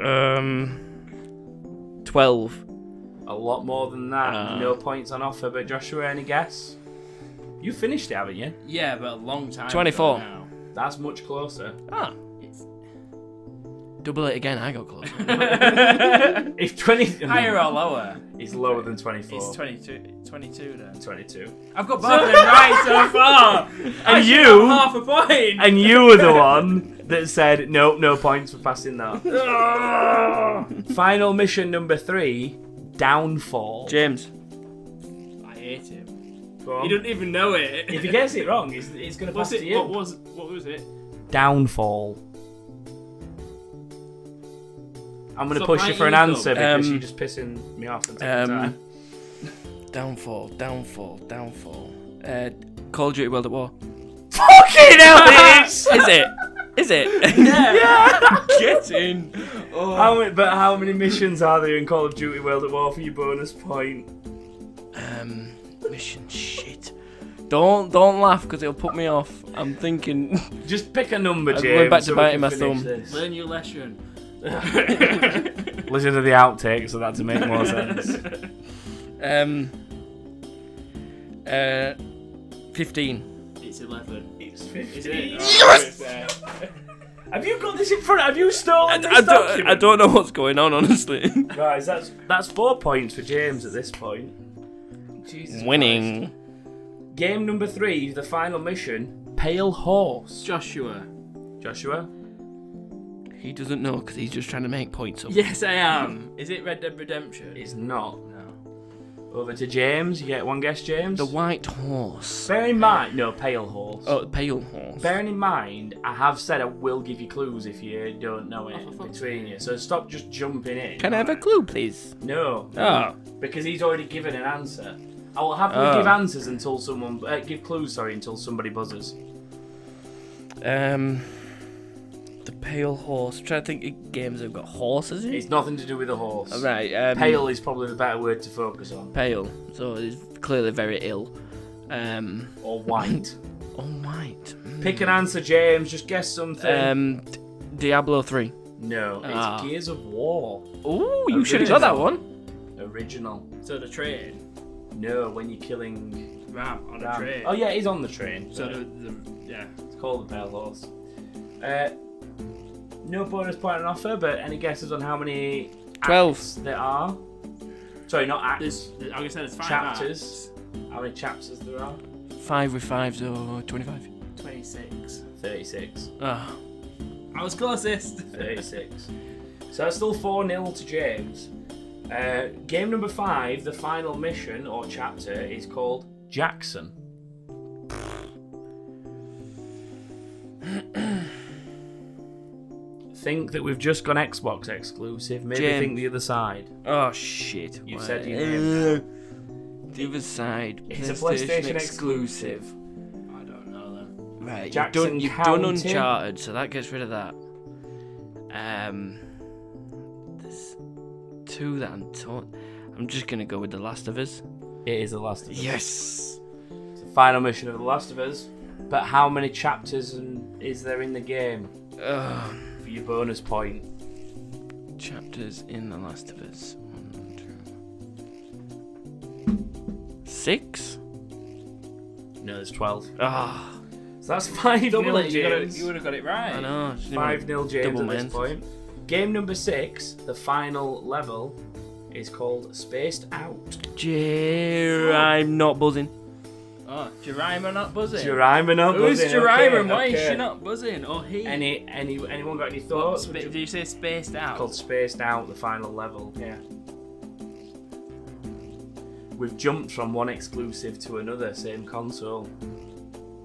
Speaker 3: Um, twelve.
Speaker 1: A lot more than that.
Speaker 2: Ah.
Speaker 3: Uh.
Speaker 1: no points on offer, but Joshua, any guess? You finished it, haven't you?
Speaker 2: yeah, but a long time. ago
Speaker 3: 24.
Speaker 2: now.
Speaker 1: That's much closer.
Speaker 3: Ah. Double it again. I got close.
Speaker 1: If 20
Speaker 2: Higher or lower?
Speaker 1: is lower than 24.
Speaker 2: It's 22. 22 then.
Speaker 1: 22.
Speaker 2: I've got both of them right so far.
Speaker 1: And
Speaker 2: Got
Speaker 1: you,
Speaker 2: half a point.
Speaker 1: and you were the one that said no, no points for passing that.
Speaker 2: Ah.
Speaker 1: Final mission number three, downfall.
Speaker 3: James.
Speaker 2: I hate him.
Speaker 1: Go on.
Speaker 2: He doesn't even know it.
Speaker 1: If he gets it wrong, it's, it's going to pass
Speaker 2: What's
Speaker 1: to
Speaker 2: it?
Speaker 1: you.
Speaker 2: What was? What was it?
Speaker 1: downfall. I'm gonna
Speaker 2: Stop
Speaker 1: push you for an
Speaker 2: biting your
Speaker 1: answer
Speaker 2: thumb.
Speaker 1: because
Speaker 3: Um,
Speaker 1: you're just pissing me off and taking
Speaker 3: Um.
Speaker 1: time.
Speaker 3: Downfall. Downfall. Downfall. Uh, Call of Duty World at War.
Speaker 1: Fucking hell, it is!
Speaker 3: Is it? Is it? Yeah. Get in.
Speaker 1: How many, but how many missions are there in Call of Duty World at War for your bonus point?
Speaker 3: Um, mission shit. Don't don't laugh because it'll put me off. I'm thinking.
Speaker 1: Just pick a number,
Speaker 3: I'm
Speaker 1: James.
Speaker 3: going back to
Speaker 1: so we
Speaker 3: biting
Speaker 1: can
Speaker 3: my
Speaker 1: finish
Speaker 3: thumb.
Speaker 1: this.
Speaker 2: Learn your lesson.
Speaker 1: Listen to the outtake so that to make more sense.
Speaker 3: Um. Uh. Fifteen.
Speaker 2: It's 11.
Speaker 1: It's 15.
Speaker 2: Oh,
Speaker 1: Have you got this in front? Have you stolen this
Speaker 3: I don't.
Speaker 1: document?
Speaker 3: I don't know what's going on, honestly.
Speaker 1: Guys, that's that's four points for James at this point.
Speaker 2: Jesus
Speaker 3: Winning.
Speaker 1: Game number three, the final mission, Pale Horse.
Speaker 2: Joshua.
Speaker 1: Joshua,
Speaker 3: He doesn't know because he's just trying to make points up.
Speaker 2: Yes, I am. Is it Red Dead Redemption?
Speaker 1: it's not.
Speaker 2: no.
Speaker 1: Over to James. You get one guess, James.
Speaker 3: The white horse.
Speaker 1: Bear in mind, no, Pale Horse.
Speaker 3: Oh, the pale horse.
Speaker 1: Bearing in mind, I have said I will give you clues if you don't know it between you. So stop just jumping in.
Speaker 3: Can I have a clue, please?
Speaker 1: No,
Speaker 3: Oh.
Speaker 1: because he's already given an answer. I will have you
Speaker 3: Oh.
Speaker 1: give answers until someone uh, give clues. Sorry, until somebody buzzes.
Speaker 3: Um. The pale horse. I'm trying to think of games that have got horses in.
Speaker 1: It's nothing to do with the horse.
Speaker 3: Right. Um,
Speaker 1: Pale is probably the better word to focus on,
Speaker 3: Pale. So he's clearly very ill. Um.
Speaker 1: or white.
Speaker 3: All white.
Speaker 1: Pick an answer, James. Just guess something.
Speaker 3: Um. D- Diablo three.
Speaker 1: no, it's
Speaker 3: ah.
Speaker 1: Gears of War
Speaker 3: Oh,
Speaker 1: you should've got that
Speaker 3: one.
Speaker 1: original.
Speaker 2: So the train.
Speaker 1: No, when you're killing.
Speaker 2: Ram on a
Speaker 1: Ram.
Speaker 2: train.
Speaker 1: Oh yeah, he's on the train.
Speaker 2: So the, the yeah.
Speaker 1: It's called the Pale Horse. Uh, no bonus point on offer, but any guesses on how many acts
Speaker 3: Twelve.
Speaker 1: there are? Sorry, not acts.
Speaker 2: There's like I said, it's five
Speaker 1: chapters. How many chapters there are?
Speaker 3: Five with fives or twenty-five.
Speaker 2: Acts. Twenty-six.
Speaker 1: 36.
Speaker 3: Ah.
Speaker 2: I was closest.
Speaker 1: 36. so that's still 4 0 to James. Uh, game number 5, the final mission or chapter, is called Jackson. think that we've just gone Xbox exclusive. Maybe
Speaker 3: James.
Speaker 1: think the other side.
Speaker 3: Oh shit!
Speaker 1: You
Speaker 3: Why-
Speaker 1: said you
Speaker 3: Uh, The other side.
Speaker 1: It's a PlayStation exclusive.
Speaker 2: I don't know then.
Speaker 3: Right.
Speaker 1: Jackson
Speaker 3: you've done, you've
Speaker 1: County.
Speaker 3: done Uncharted, so that gets rid of that. Um. There's two that I'm taught. I'm just gonna go with The Last of Us.
Speaker 1: It is The Last of Us.
Speaker 3: Yes.
Speaker 1: It's the final mission of The Last of Us. But how many chapters and is there in the game
Speaker 3: Ugh.
Speaker 1: for your bonus point?
Speaker 3: Chapters in The Last of Us. One, two. Six?
Speaker 1: No, there's 12.
Speaker 3: Ah,
Speaker 1: So that's 5
Speaker 2: Double
Speaker 1: 0
Speaker 2: it. You, gotta,
Speaker 1: James.
Speaker 2: you would have got it right.
Speaker 3: I know.
Speaker 1: 5 0 James
Speaker 3: Double
Speaker 1: at this
Speaker 3: man.
Speaker 1: point. Game number 6, the final level, is called Spaced Out.
Speaker 3: Jer- I'm not buzzing.
Speaker 2: Oh, Jerima not buzzing.
Speaker 1: Jerima not
Speaker 2: Who's
Speaker 1: buzzing,
Speaker 2: Jerima?
Speaker 1: okay,
Speaker 2: Why is
Speaker 1: okay.
Speaker 2: she not buzzing? Or he?
Speaker 1: Any, any, anyone got any
Speaker 2: What,
Speaker 1: thoughts?
Speaker 2: spa- did you say spaced out?
Speaker 1: called Spaced Out, the final level. Yeah. We've jumped from one exclusive to another, same console.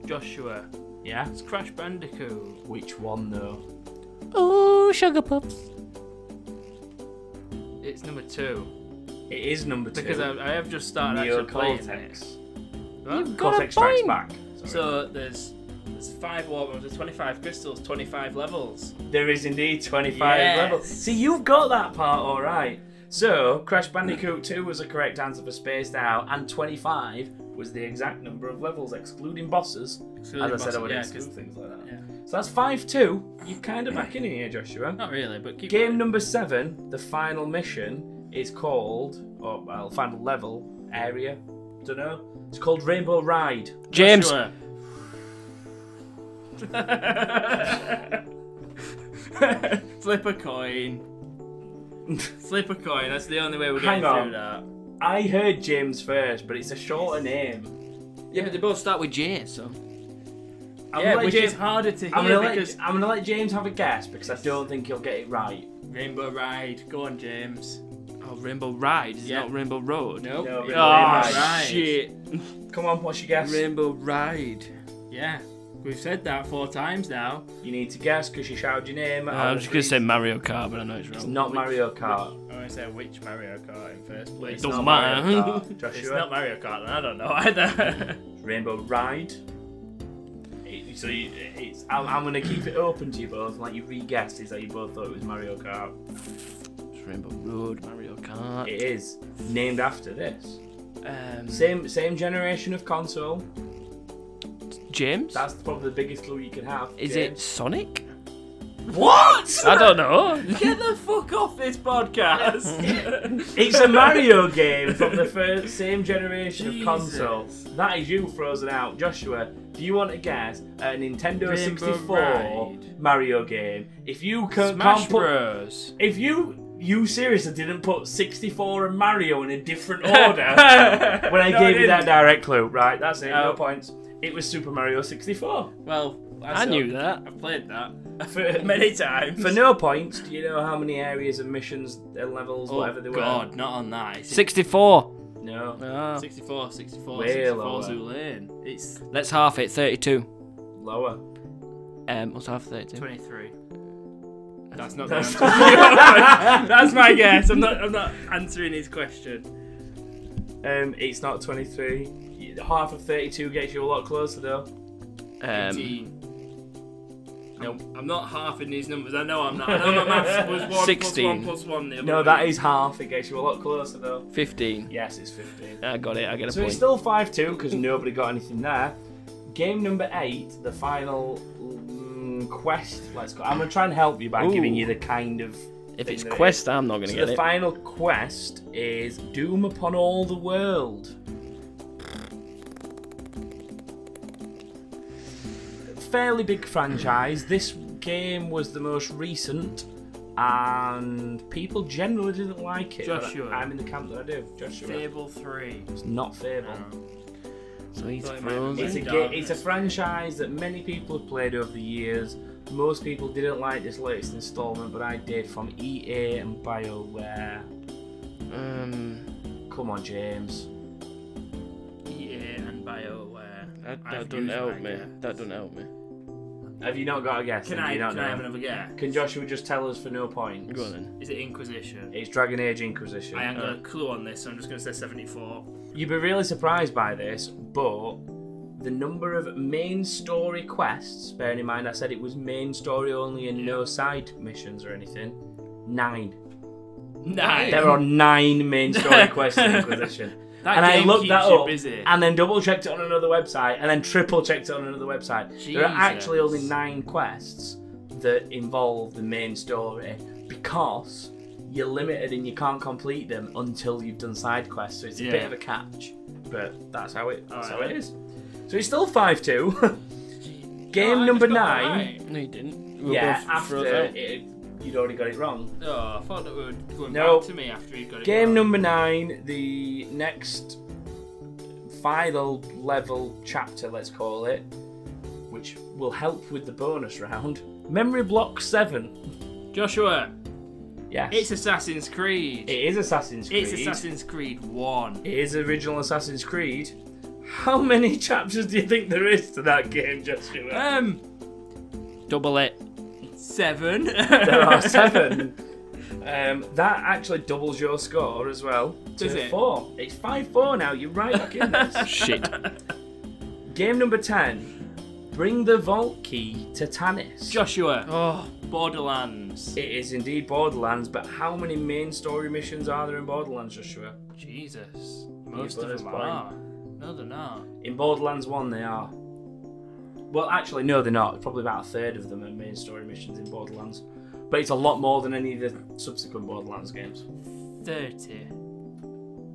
Speaker 2: Joshua.
Speaker 1: Yeah?
Speaker 2: It's Crash Bandicoot.
Speaker 1: Which one though?
Speaker 4: Oh, sugar pups.
Speaker 2: It's number two.
Speaker 1: It is number two.
Speaker 2: Because I, I have just started actually playing it.
Speaker 1: Neocortex.
Speaker 2: Huh?
Speaker 1: Cortex Strikes Back. So
Speaker 2: So there's there's five warp-ups, there's 25 crystals, 25 levels.
Speaker 1: there is indeed 25
Speaker 2: Yes.
Speaker 1: levels. See, you've got that part all right. So Crash Bandicoot 2 was the correct answer for Spaced Out, and 25 was the exact number of levels, excluding bosses.
Speaker 2: Excluding
Speaker 1: As I said, I
Speaker 2: bosses,
Speaker 1: would
Speaker 2: yeah,
Speaker 1: exclude
Speaker 2: 'cause-
Speaker 1: things like that.
Speaker 2: yeah.
Speaker 1: So that's 5 2. You're kind of back in here, Joshua.
Speaker 2: Not really, but keep
Speaker 1: Game number 7, the final mission, is called, or well, final level, area, don't know. It's called Rainbow Ride.
Speaker 3: James,
Speaker 2: Joshua. Flip a coin. Flip a coin. That's the only way we're
Speaker 1: Hang
Speaker 2: getting
Speaker 1: on.
Speaker 2: through that.
Speaker 1: I heard James first, but it's a shorter name.
Speaker 3: yeah, but they both start with J, so
Speaker 1: I'm
Speaker 2: yeah,
Speaker 1: gonna let
Speaker 2: which
Speaker 1: James-
Speaker 2: is harder to
Speaker 1: I'm
Speaker 2: hear
Speaker 1: gonna,
Speaker 2: because
Speaker 1: let, I'm gonna let James have a guess because I don't think he'll get it right.
Speaker 2: Rainbow Ride. Go on, James.
Speaker 3: oh, Rainbow Ride is
Speaker 2: Yeah.
Speaker 3: not Rainbow Road.
Speaker 2: Nope.
Speaker 1: No,
Speaker 2: Rainbow
Speaker 1: Rainbow
Speaker 3: Oh
Speaker 1: Ride.
Speaker 3: shit!
Speaker 1: Come on, what's your guess?
Speaker 3: Rainbow Ride.
Speaker 2: Yeah, we've said that four times now.
Speaker 1: You need to guess because you shouted your name. out
Speaker 3: I'm
Speaker 1: of
Speaker 3: Uh, just
Speaker 1: three.
Speaker 3: gonna say Mario Kart, but I know it's
Speaker 1: it's
Speaker 3: wrong.
Speaker 1: not Mario Kart.
Speaker 2: I'm gonna say which Mario Kart in first place.
Speaker 1: It's
Speaker 3: Doesn't
Speaker 1: not
Speaker 3: matter.
Speaker 1: Mario Kart, Joshua.
Speaker 2: It's not Mario Kart, and I don't know either.
Speaker 1: Rainbow Ride. It- So you, it's, I'm, I'm gonna keep it open to you both. and Like you re-guessed is that you both thought it was Mario Kart.
Speaker 3: It's Rainbow Road, Mario Kart.
Speaker 1: It is named after this.
Speaker 2: Uh,
Speaker 3: Um,
Speaker 1: Same same generation of console.
Speaker 3: James?
Speaker 1: That's probably the biggest clue you can have.
Speaker 3: Is it
Speaker 1: James.
Speaker 3: Sonic?
Speaker 1: What?
Speaker 3: I don't know.
Speaker 1: Get the fuck off this podcast. it's a Mario game from the first, same generation of console. That is you frozen out. Joshua, do you want to guess a Nintendo
Speaker 2: Rainbow
Speaker 1: 64
Speaker 2: Ride.
Speaker 1: Mario game? If you can,
Speaker 2: Smash
Speaker 1: can't put.
Speaker 2: Bros.
Speaker 1: If you. You seriously didn't put 64 and Mario in a different order when I
Speaker 2: No, I
Speaker 1: gave you that
Speaker 2: didn't.
Speaker 1: direct clue. Right, that's it. No
Speaker 2: Oh.
Speaker 1: points. It was Super Mario 64.
Speaker 2: Well,
Speaker 3: I knew that.
Speaker 2: I played that
Speaker 1: For-
Speaker 2: many times.
Speaker 1: For no points, do you know how many areas and missions and levels,
Speaker 2: oh,
Speaker 1: whatever they were?
Speaker 2: God, not on that. It's
Speaker 3: 64.
Speaker 1: No.
Speaker 3: Ah.
Speaker 2: 64, 64,
Speaker 1: Way
Speaker 2: 64
Speaker 1: lower.
Speaker 2: Zoo Lane. It's
Speaker 3: Let's half it. 32.
Speaker 1: Lower.
Speaker 3: Um, what's half of 32?
Speaker 2: 23. That's not the
Speaker 1: That's-
Speaker 2: answer. That's my guess. I'm not. I'm not answering his question.
Speaker 1: Um, it's not 23. Half of 32 gets you a lot closer, though.
Speaker 3: Um,
Speaker 2: 18. No, I'm not half in these numbers. I know I'm not. I know my maths was one plus
Speaker 3: 16.
Speaker 2: one plus one. The other
Speaker 1: No, that
Speaker 2: week.
Speaker 1: is half. It gets you a lot closer, though.
Speaker 3: 15.
Speaker 1: Yes, it's 15.
Speaker 3: I got it. I get a
Speaker 1: So
Speaker 3: point.
Speaker 1: it's still 5 2 because nobody got anything there. Game number 8, the final mm, quest. Let's go. I'm going to try and help you by
Speaker 3: Ooh.
Speaker 1: giving you the kind of.
Speaker 3: if
Speaker 1: thing
Speaker 3: it's
Speaker 1: that it is.
Speaker 3: Quest, I'm not going to
Speaker 1: So
Speaker 3: get
Speaker 1: the
Speaker 3: it.
Speaker 1: final quest is Doom Upon All the World. Fairly big franchise. This game was the most recent, and people generally didn't like it. but
Speaker 2: Joshua.
Speaker 1: I'm in the camp that I do. Joshua.
Speaker 2: Fable Oh. three.
Speaker 1: It's not Fable.
Speaker 3: so he's
Speaker 2: Thought it might be
Speaker 3: frozen.
Speaker 1: It's a, ga- it's a franchise that many people have played over the years. Most people didn't like this latest installment, but I did from EA and BioWare.
Speaker 3: Um,
Speaker 1: Come on, James.
Speaker 2: EA E and BioWare.
Speaker 3: that,
Speaker 2: I've
Speaker 3: that
Speaker 2: used
Speaker 3: doesn't help
Speaker 2: my
Speaker 3: me.
Speaker 2: guess.
Speaker 3: That doesn't help me.
Speaker 1: Have you not got a guess?
Speaker 2: Can
Speaker 1: then? Do
Speaker 2: I?
Speaker 1: you not
Speaker 2: Can
Speaker 1: know?
Speaker 2: I have another guess?
Speaker 1: Can Joshua just tell us for no points?
Speaker 3: Go on then.
Speaker 2: Is it Inquisition?
Speaker 1: It's Dragon Age Inquisition.
Speaker 2: I ain't got a clue on this, so I'm just going to say 74.
Speaker 1: You'd be really surprised by this, but the number of main story quests, bearing in mind I said it was main story only and no side missions or anything, nine.
Speaker 2: Nine.
Speaker 1: There are nine main story quests in Inquisition.
Speaker 2: That
Speaker 1: and I
Speaker 2: game
Speaker 1: looked
Speaker 2: keeps
Speaker 1: that
Speaker 2: you
Speaker 1: up
Speaker 2: busy.
Speaker 1: and then double checked it on another website and then triple checked it on another website. There are actually
Speaker 2: Jesus.
Speaker 1: only nine quests that involve the main story because you're limited and you can't complete them until you've done side quests. So it's a bit
Speaker 2: Yeah.
Speaker 1: of a catch, but that's how it that's how
Speaker 2: Alright.
Speaker 1: it is. So it's still five two. Game
Speaker 2: Oh, I
Speaker 1: number
Speaker 2: just got that
Speaker 1: nine.
Speaker 2: right.
Speaker 3: No, you didn't. We were
Speaker 1: Yeah,
Speaker 3: both
Speaker 1: after
Speaker 3: frozen out.
Speaker 1: it, you'd already got it wrong.
Speaker 2: Oh, I thought that we were going
Speaker 1: No.
Speaker 2: back to me after he got it.
Speaker 1: Game
Speaker 2: wrong.
Speaker 1: number nine, the next final level chapter, let's call it, which will help with the bonus round. Memory Block 7.
Speaker 2: Joshua,
Speaker 1: Yes.
Speaker 2: it's Assassin's Creed.
Speaker 1: it is Assassin's Creed.
Speaker 2: It's Assassin's Creed 1.
Speaker 1: It is original Assassin's Creed. How many chapters do you think there is to that game, Joshua?
Speaker 2: Um,
Speaker 3: Double it.
Speaker 2: seven.
Speaker 1: there are seven. Um, that actually doubles your score as well.
Speaker 2: Does
Speaker 1: to
Speaker 2: it?
Speaker 1: Four. It's five four now. You're right back in this.
Speaker 3: Shit.
Speaker 1: Game number 10. Bring the vault key to Tanis.
Speaker 2: Joshua,
Speaker 3: Oh,
Speaker 2: Borderlands.
Speaker 1: It is indeed Borderlands, but how many main story missions are there in Borderlands, Joshua?
Speaker 2: Jesus. Most
Speaker 1: got
Speaker 2: of
Speaker 1: this
Speaker 2: them
Speaker 1: point.
Speaker 2: are. No, they're not.
Speaker 1: In Borderlands 1, they are. Well, actually, no, they're not. Probably about a third of them are main story missions in Borderlands. But it's a lot more than any of the subsequent Borderlands games.
Speaker 2: 30.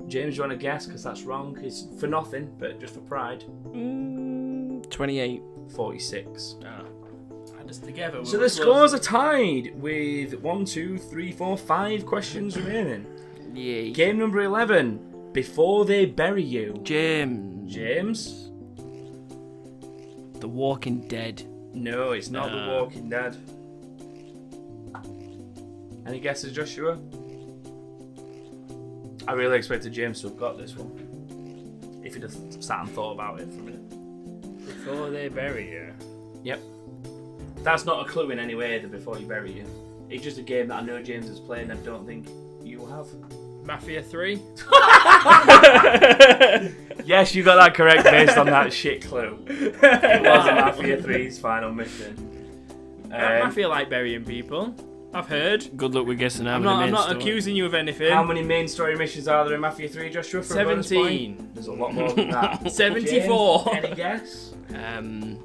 Speaker 1: James, you want to guess? Because that's wrong. It's for nothing, but just for pride.
Speaker 3: mm, 28.
Speaker 1: 46.
Speaker 2: Oh. I just together. we
Speaker 1: So
Speaker 2: were
Speaker 1: the scores are tied with one, two, three, four, five questions remaining.
Speaker 3: Yay.
Speaker 1: Game number 11 Before They Bury You.
Speaker 3: James.
Speaker 1: James?
Speaker 3: The Walking Dead.
Speaker 1: No, it's not The
Speaker 3: No.
Speaker 1: Walking Dead. Any guesses, Joshua? I really expected James to have got this one. If he'd have sat and thought about it for a minute.
Speaker 2: close Before they bury you.
Speaker 1: Yep. That's not a clue in any way, the Before You Bury You. It's just a game that I know James has played and I don't think you have.
Speaker 2: Mafia 3.
Speaker 1: Yes, you got that correct based on that shit clue. It was Mafia 3's final mission. Um,
Speaker 2: I feel like burying people. I've heard.
Speaker 3: Good luck with guessing how
Speaker 2: I'm
Speaker 3: many
Speaker 2: not. I'm
Speaker 3: main
Speaker 2: not
Speaker 3: story.
Speaker 2: accusing you of anything.
Speaker 1: How many main story missions are there in Mafia 3, Joshua? For a bonus point?
Speaker 2: 17.
Speaker 1: There's a lot more than that.
Speaker 2: 74.
Speaker 1: James, any guess?
Speaker 3: Um,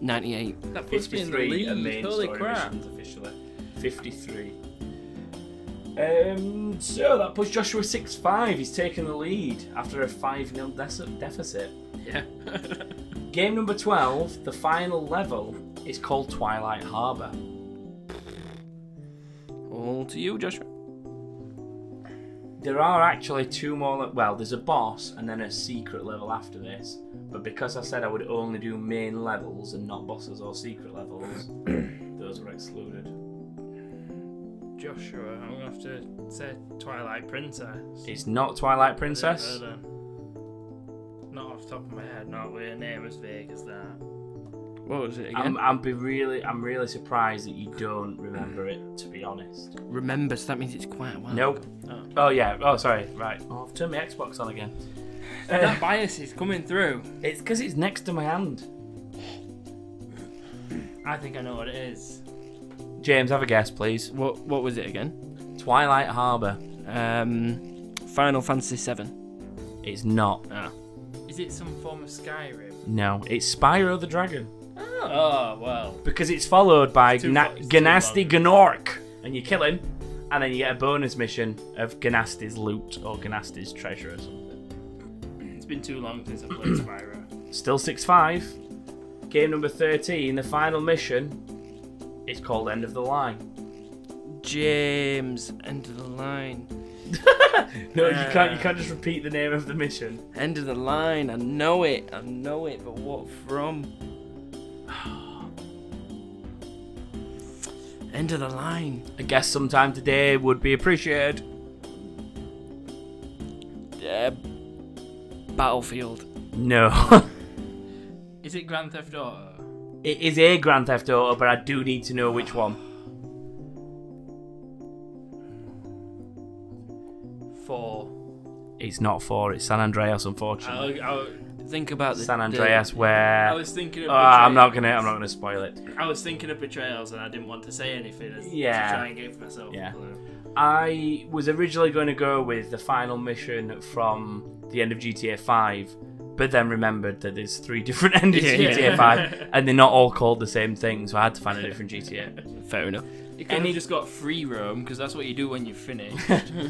Speaker 3: 98.
Speaker 2: That puts me in the
Speaker 1: are main
Speaker 2: lead. Holy
Speaker 1: story
Speaker 2: crap!
Speaker 1: missions officially. 53. Um, so that puts Joshua 6 5. He's taken the lead after a 5 0 deficit.
Speaker 2: Yeah.
Speaker 1: Game number 12, the final level, is called Twilight Harbour.
Speaker 3: All to you, Joshua.
Speaker 1: There are actually two more. le- Well, there's a boss and then a secret level after this. But because I said I would only do main levels and not bosses or secret levels, those were excluded.
Speaker 2: Joshua, I'm gonna have to say Twilight Princess.
Speaker 1: It's not Twilight Princess.
Speaker 2: Don't know. Not off the top of my head. Not with a name as vague as that.
Speaker 3: What was it
Speaker 1: I'm,
Speaker 3: again?
Speaker 1: I'm be really, I'm really surprised that you don't remember it. To be honest.
Speaker 3: Oh. Remember, so that means it's quite a while.
Speaker 1: Nope.
Speaker 2: Oh.
Speaker 1: Oh yeah. Oh sorry. Right. Oh, I've turned my Xbox on again.
Speaker 2: That bias is coming through.
Speaker 1: It's because it's next to my hand.
Speaker 2: I think I know what it is.
Speaker 1: James, have a guess, please.
Speaker 3: What What was it again?
Speaker 1: Twilight Harbour.
Speaker 3: Um, Final Fantasy Seven.
Speaker 1: It's not.
Speaker 3: Ah.
Speaker 2: Is it some form of Skyrim?
Speaker 1: No. It's Spyro the Dragon.
Speaker 2: Oh, well.
Speaker 1: because it's followed by
Speaker 2: too
Speaker 1: Gna-
Speaker 2: fo- it's too
Speaker 1: Ganasty Gnork, and you kill him, and then you get a bonus mission of Ganasty's loot or Ganasty's treasure or something.
Speaker 2: It's been too long since I played Spyro.
Speaker 1: Still six five. Game number thirteen, the final mission, is called End of the Line.
Speaker 3: James, end of the line.
Speaker 1: No, you can't. You can't just repeat the name of the mission.
Speaker 3: End of the line. I know it. I know it. But what from? end of the line.
Speaker 1: I guess sometime today would be appreciated.
Speaker 3: Uh, Battlefield.
Speaker 1: No,
Speaker 2: Is it Grand Theft Auto?
Speaker 1: it is a Grand Theft Auto, but I do need to know which one.
Speaker 2: Four.
Speaker 1: It's not four. It's San Andreas, unfortunately.
Speaker 2: I, I,
Speaker 3: Think about the
Speaker 1: San
Speaker 3: the-
Speaker 1: Andreas, where
Speaker 2: I was thinking of.
Speaker 1: Oh, I'm not
Speaker 2: Betrayals.
Speaker 1: gonna. I'm not gonna spoil it.
Speaker 2: I was thinking of betrayals, and I didn't want to say anything. As,
Speaker 1: Yeah.
Speaker 2: To try and give myself
Speaker 1: Yeah.
Speaker 2: a clue.
Speaker 1: I was originally going to go with the final mission from the end of GTA 5, but then remembered that there's three different endings to
Speaker 3: Yeah.
Speaker 1: GTA 5, and they're not all called the same thing, so I had to find a different GTA.
Speaker 3: Fair enough.
Speaker 2: You could
Speaker 1: Any-
Speaker 2: have just got free roam because that's what you do when you finish.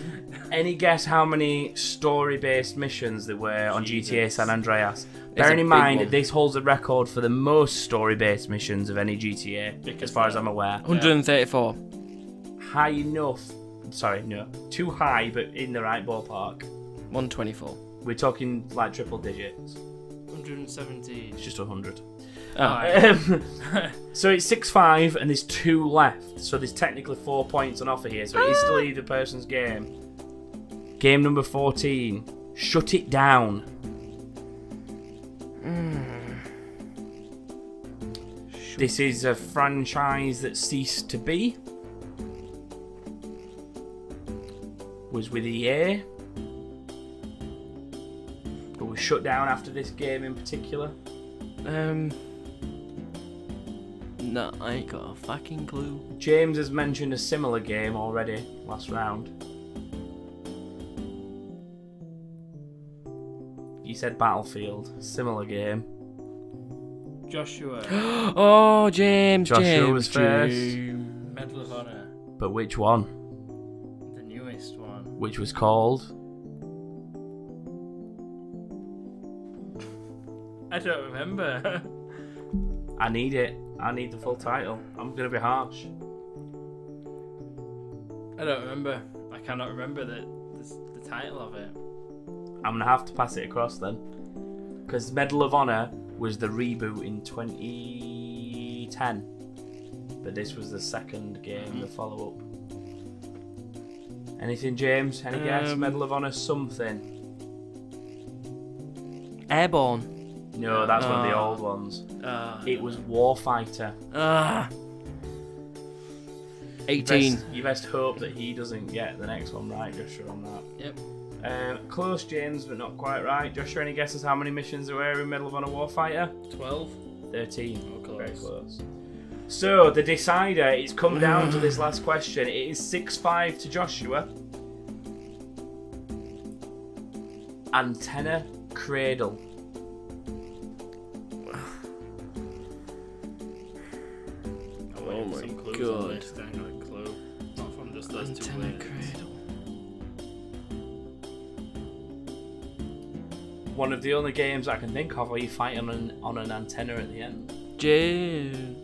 Speaker 1: Any guess how many story based missions there were on GTA San Andreas?
Speaker 3: a
Speaker 1: Bearing
Speaker 3: big
Speaker 1: in mind,
Speaker 3: one.
Speaker 1: this holds the record for the most story based missions of any GTA, as far as I'm aware.
Speaker 3: 134.
Speaker 1: High enough. Sorry, no. Too high, but in the right ballpark.
Speaker 3: 124.
Speaker 1: We're talking like triple digits.
Speaker 2: 117.
Speaker 1: It's just 100.
Speaker 3: Ah,
Speaker 1: Um, so it's six five, and there's two left. So there's technically four points on offer here. So it is still either person's game. Game number fourteen. Shut it down. This is a franchise that ceased to be. Was with E EA. But was shut down after this game in particular.
Speaker 3: um. No, I ain't got a fucking clue.
Speaker 1: James has mentioned a similar game already last round. You said Battlefield, similar game.
Speaker 2: Joshua.
Speaker 3: Oh, James.
Speaker 1: Joshua
Speaker 3: James,
Speaker 1: was first.
Speaker 3: James.
Speaker 2: Medal of Honor.
Speaker 1: But which one?
Speaker 2: The newest one.
Speaker 1: Which was called?
Speaker 2: I don't remember.
Speaker 1: I need it. I need the full title. I'm gonna be harsh.
Speaker 2: I don't remember. I cannot remember the, the, the title of it.
Speaker 1: I'm gonna have to pass it across then. Because Medal of Honor was the reboot in 2010. But this was the second game, the follow up. Anything, James? Any guess?
Speaker 3: Um,
Speaker 1: Medal of Honor something.
Speaker 3: Airborne.
Speaker 1: No, that's one of the
Speaker 3: Ah.
Speaker 1: old ones.
Speaker 2: Uh,
Speaker 1: It was Warfighter.
Speaker 3: Ah. 18.
Speaker 1: Best, you best hope that he doesn't get the next one right, Joshua, on that.
Speaker 2: Yep.
Speaker 1: Uh, close, James, but not quite right. Joshua, any guesses how many missions there were in Medal of Honor Warfighter?
Speaker 2: 12.
Speaker 1: 13.
Speaker 2: Oh,
Speaker 1: Very
Speaker 2: close.
Speaker 1: close. So the decider, it's come down to this last question. It is 6 5 to Joshua. Antenna cradle.
Speaker 2: I
Speaker 3: Oh
Speaker 2: wanted
Speaker 3: my
Speaker 2: some clues
Speaker 3: God.
Speaker 2: on this. I ain't got a clue. Not from just those two
Speaker 3: Antenna
Speaker 2: words.
Speaker 3: cradle.
Speaker 1: One of the only games I can think of where you fight on an, on an antenna at the end.
Speaker 3: Jim.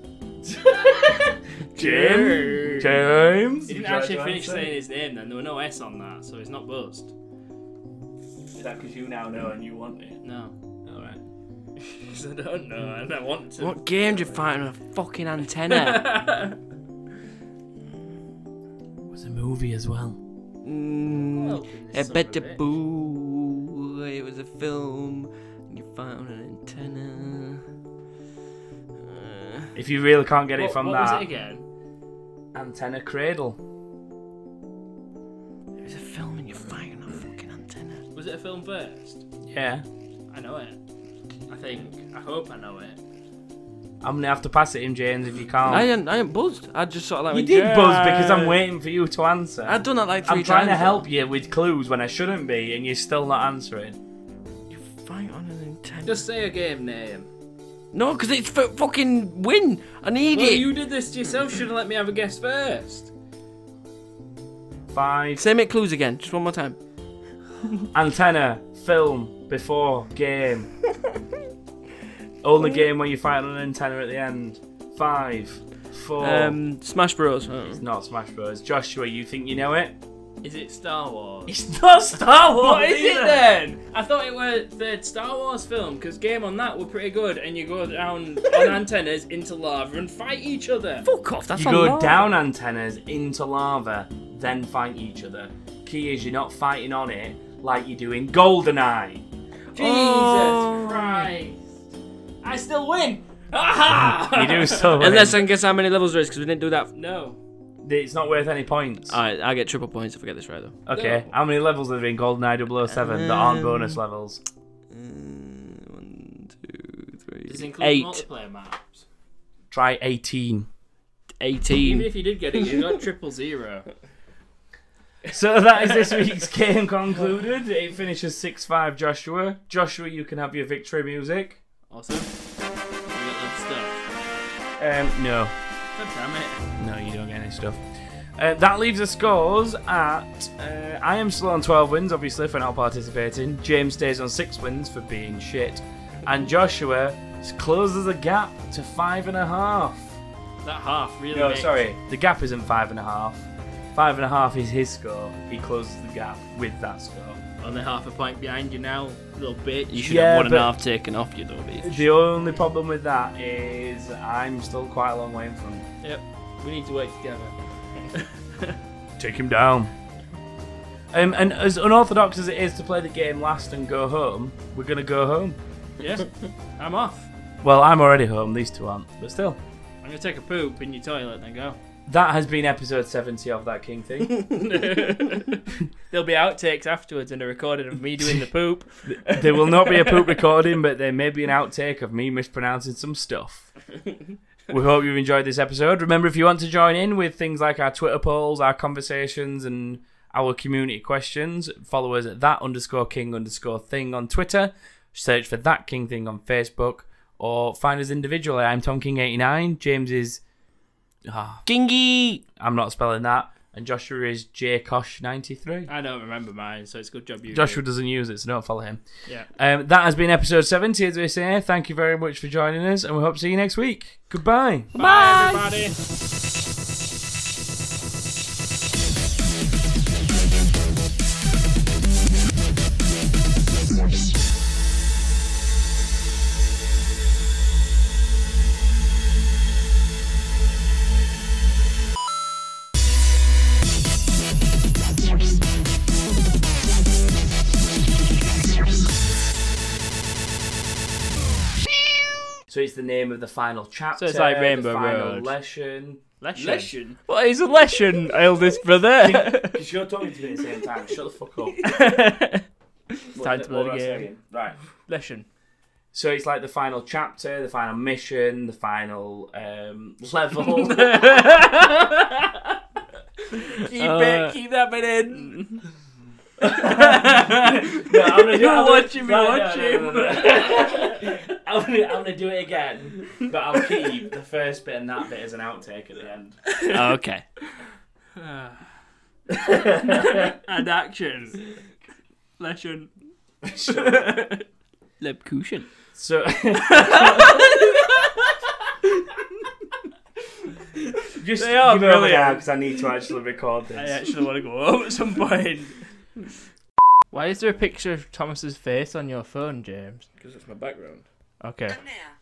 Speaker 1: Jim? James?
Speaker 2: He didn't actually finish saying his name then. There were no S on that, so he's not buzzed.
Speaker 1: Is that because you now know and you want it?
Speaker 2: No.
Speaker 1: Alright.
Speaker 2: Because I don't know, and I want to.
Speaker 3: What game do you fight on a fucking antenna?
Speaker 1: It was a movie as well.
Speaker 3: mm, I
Speaker 2: Well,
Speaker 3: bet the
Speaker 2: son of a bitch.
Speaker 3: boo. It was a film. And you fight on an antenna. Uh,
Speaker 1: If you really can't get it
Speaker 2: What,
Speaker 1: from
Speaker 2: what was
Speaker 1: that,
Speaker 2: it again?
Speaker 1: antenna cradle.
Speaker 3: it was a film and you fight on a fucking antenna.
Speaker 2: Was it a film first?
Speaker 1: Yeah.
Speaker 2: I know it. I think. I hope I know it.
Speaker 1: I'm gonna have to pass it in, James, if you can't.
Speaker 3: I ain't, I ain't buzzed. I just sort of like
Speaker 1: Oh. you
Speaker 3: went,
Speaker 1: did
Speaker 3: yeah.
Speaker 1: buzz because I'm waiting for you to answer.
Speaker 3: I've done that like 3
Speaker 1: I'm trying to
Speaker 3: times,
Speaker 1: help you with clues when I shouldn't be, and you're still not answering.
Speaker 3: though. You fight on an antenna.
Speaker 2: Just say a game name.
Speaker 3: No, because it's for fucking win. I need
Speaker 2: Well,
Speaker 3: it.
Speaker 2: you did this to yourself. Should have let me have a guess first.
Speaker 1: Five.
Speaker 3: Same it clues again, just one more time.
Speaker 1: Antenna, film, before, game. Only game where you fight on an antenna at the end. Five. Four.
Speaker 3: Um, Smash Bros.
Speaker 2: Oh.
Speaker 1: it's not Smash Bros. Joshua, you think you know it?
Speaker 2: Is it Star Wars?
Speaker 1: It's not Star Wars!
Speaker 2: What is it
Speaker 1: either.
Speaker 2: then? I thought it were the Star Wars film because game on that were pretty good, and you go down on antennas into lava and fight each other.
Speaker 3: Fuck off. That's
Speaker 1: You
Speaker 3: a
Speaker 1: go
Speaker 3: lie.
Speaker 1: down antennas into lava, then fight each other. Key is you're not fighting on it like you do in Goldeneye.
Speaker 2: Jesus
Speaker 3: Oh.
Speaker 2: Christ! I still win. Aha!
Speaker 1: You do so.
Speaker 3: Unless I can guess how many levels there is because we didn't do that.
Speaker 2: No.
Speaker 1: it's not worth any points.
Speaker 2: Uh,
Speaker 3: Alright, I get triple points if I get this right though.
Speaker 1: Okay, how many levels are there in GoldenEye 007 that aren't bonus levels?
Speaker 3: Mm, One, two,
Speaker 2: Does it
Speaker 3: three,
Speaker 2: include
Speaker 3: eight,
Speaker 2: multiplayer maps?
Speaker 1: Try 18.
Speaker 2: Even
Speaker 3: eighteen.
Speaker 2: if you did get it, you got triple zero.
Speaker 1: So that is this week's game concluded. It finishes 6 5 Joshua. Joshua, you can have your victory music.
Speaker 2: Awesome. You got that
Speaker 1: Um, no.
Speaker 2: stuff. God damn it.
Speaker 1: No, you don't get any stuff. Uh, that leaves the scores at. Uh, I am still on 12 wins, obviously, for not participating. James stays on 6 wins for being shit. And Joshua s- closes the gap to 5.5.
Speaker 2: That half really.
Speaker 1: No,
Speaker 2: makes-
Speaker 1: sorry. The gap isn't 5.5. 5.5 is his score. He closes the gap with that score.
Speaker 2: Only Oh, half a point behind you now, little bitch.
Speaker 3: You should
Speaker 1: Yeah,
Speaker 3: have one and
Speaker 1: but-
Speaker 3: a half taken off you, though. bitch.
Speaker 1: The only problem with that is I'm still quite a long way in front.
Speaker 2: Yep. We need to work together.
Speaker 1: Take him down. Um, and as unorthodox as it is to play the game last and go home, we're going to go home.
Speaker 2: Yeah. I'm off.
Speaker 1: Well, I'm already home, these two aren't, but still.
Speaker 2: I'm gonna take a poop in your toilet and then go.
Speaker 1: That has been episode 70 of That King Thing.
Speaker 2: There'll be outtakes afterwards and a recording of me doing the poop.
Speaker 1: there will not be a poop recording, but there may be an outtake of me mispronouncing some stuff. We hope you've enjoyed this episode. Remember, if you want to join in with things like our Twitter polls, our conversations, and our community questions, follow us at that underscore king underscore thing on Twitter. Search for that king thing on Facebook, or find us individually. I'm Tom King eighty nine. James is ah,
Speaker 3: Kingy.
Speaker 1: I'm not spelling that, and Joshua is jkosh ninety three.
Speaker 2: I don't remember mine, so it's a good job you.
Speaker 1: Joshua doesn't use it, so don't follow him.
Speaker 2: did. Yeah.
Speaker 1: Um, that has been episode 70, as we say. Thank you very much for joining us, and we hope to see you next week. Goodbye.
Speaker 2: Bye everybody.
Speaker 1: So it's the name of the final chapter.
Speaker 2: it's like
Speaker 1: the
Speaker 2: Rainbow
Speaker 1: final
Speaker 2: Road.
Speaker 1: lesson.
Speaker 2: Lesson.
Speaker 3: What is a lesson, eldest brother?
Speaker 1: Because you're talking to me at the same time. Shut the fuck up.
Speaker 2: Time to play the game.
Speaker 1: Right.
Speaker 2: Lesson.
Speaker 1: So it's like the final chapter, the final mission, the final um, level. keep
Speaker 3: Uh,
Speaker 1: it, keep that bit in.
Speaker 2: no,
Speaker 1: I'm gonna do- I'm gonna-
Speaker 2: watch him,
Speaker 1: no, no,
Speaker 2: watch
Speaker 1: no, no,
Speaker 2: him.
Speaker 1: no. I'm gonna, I'm gonna do it again, but I'll keep the first bit and that bit as an outtake at the end.
Speaker 3: Oh, okay.
Speaker 4: mm-hmm.
Speaker 2: and action. Lesson.
Speaker 3: Lebkuchen.
Speaker 1: So. Just
Speaker 2: They are
Speaker 1: give me over
Speaker 2: brilliant.
Speaker 1: now because I need to actually record
Speaker 2: I
Speaker 1: this.
Speaker 2: actually want to go home at some point.
Speaker 4: Why is there a picture of Thomas's face on your phone, James?
Speaker 2: Because that's my background.
Speaker 4: Okay.
Speaker 5: And now,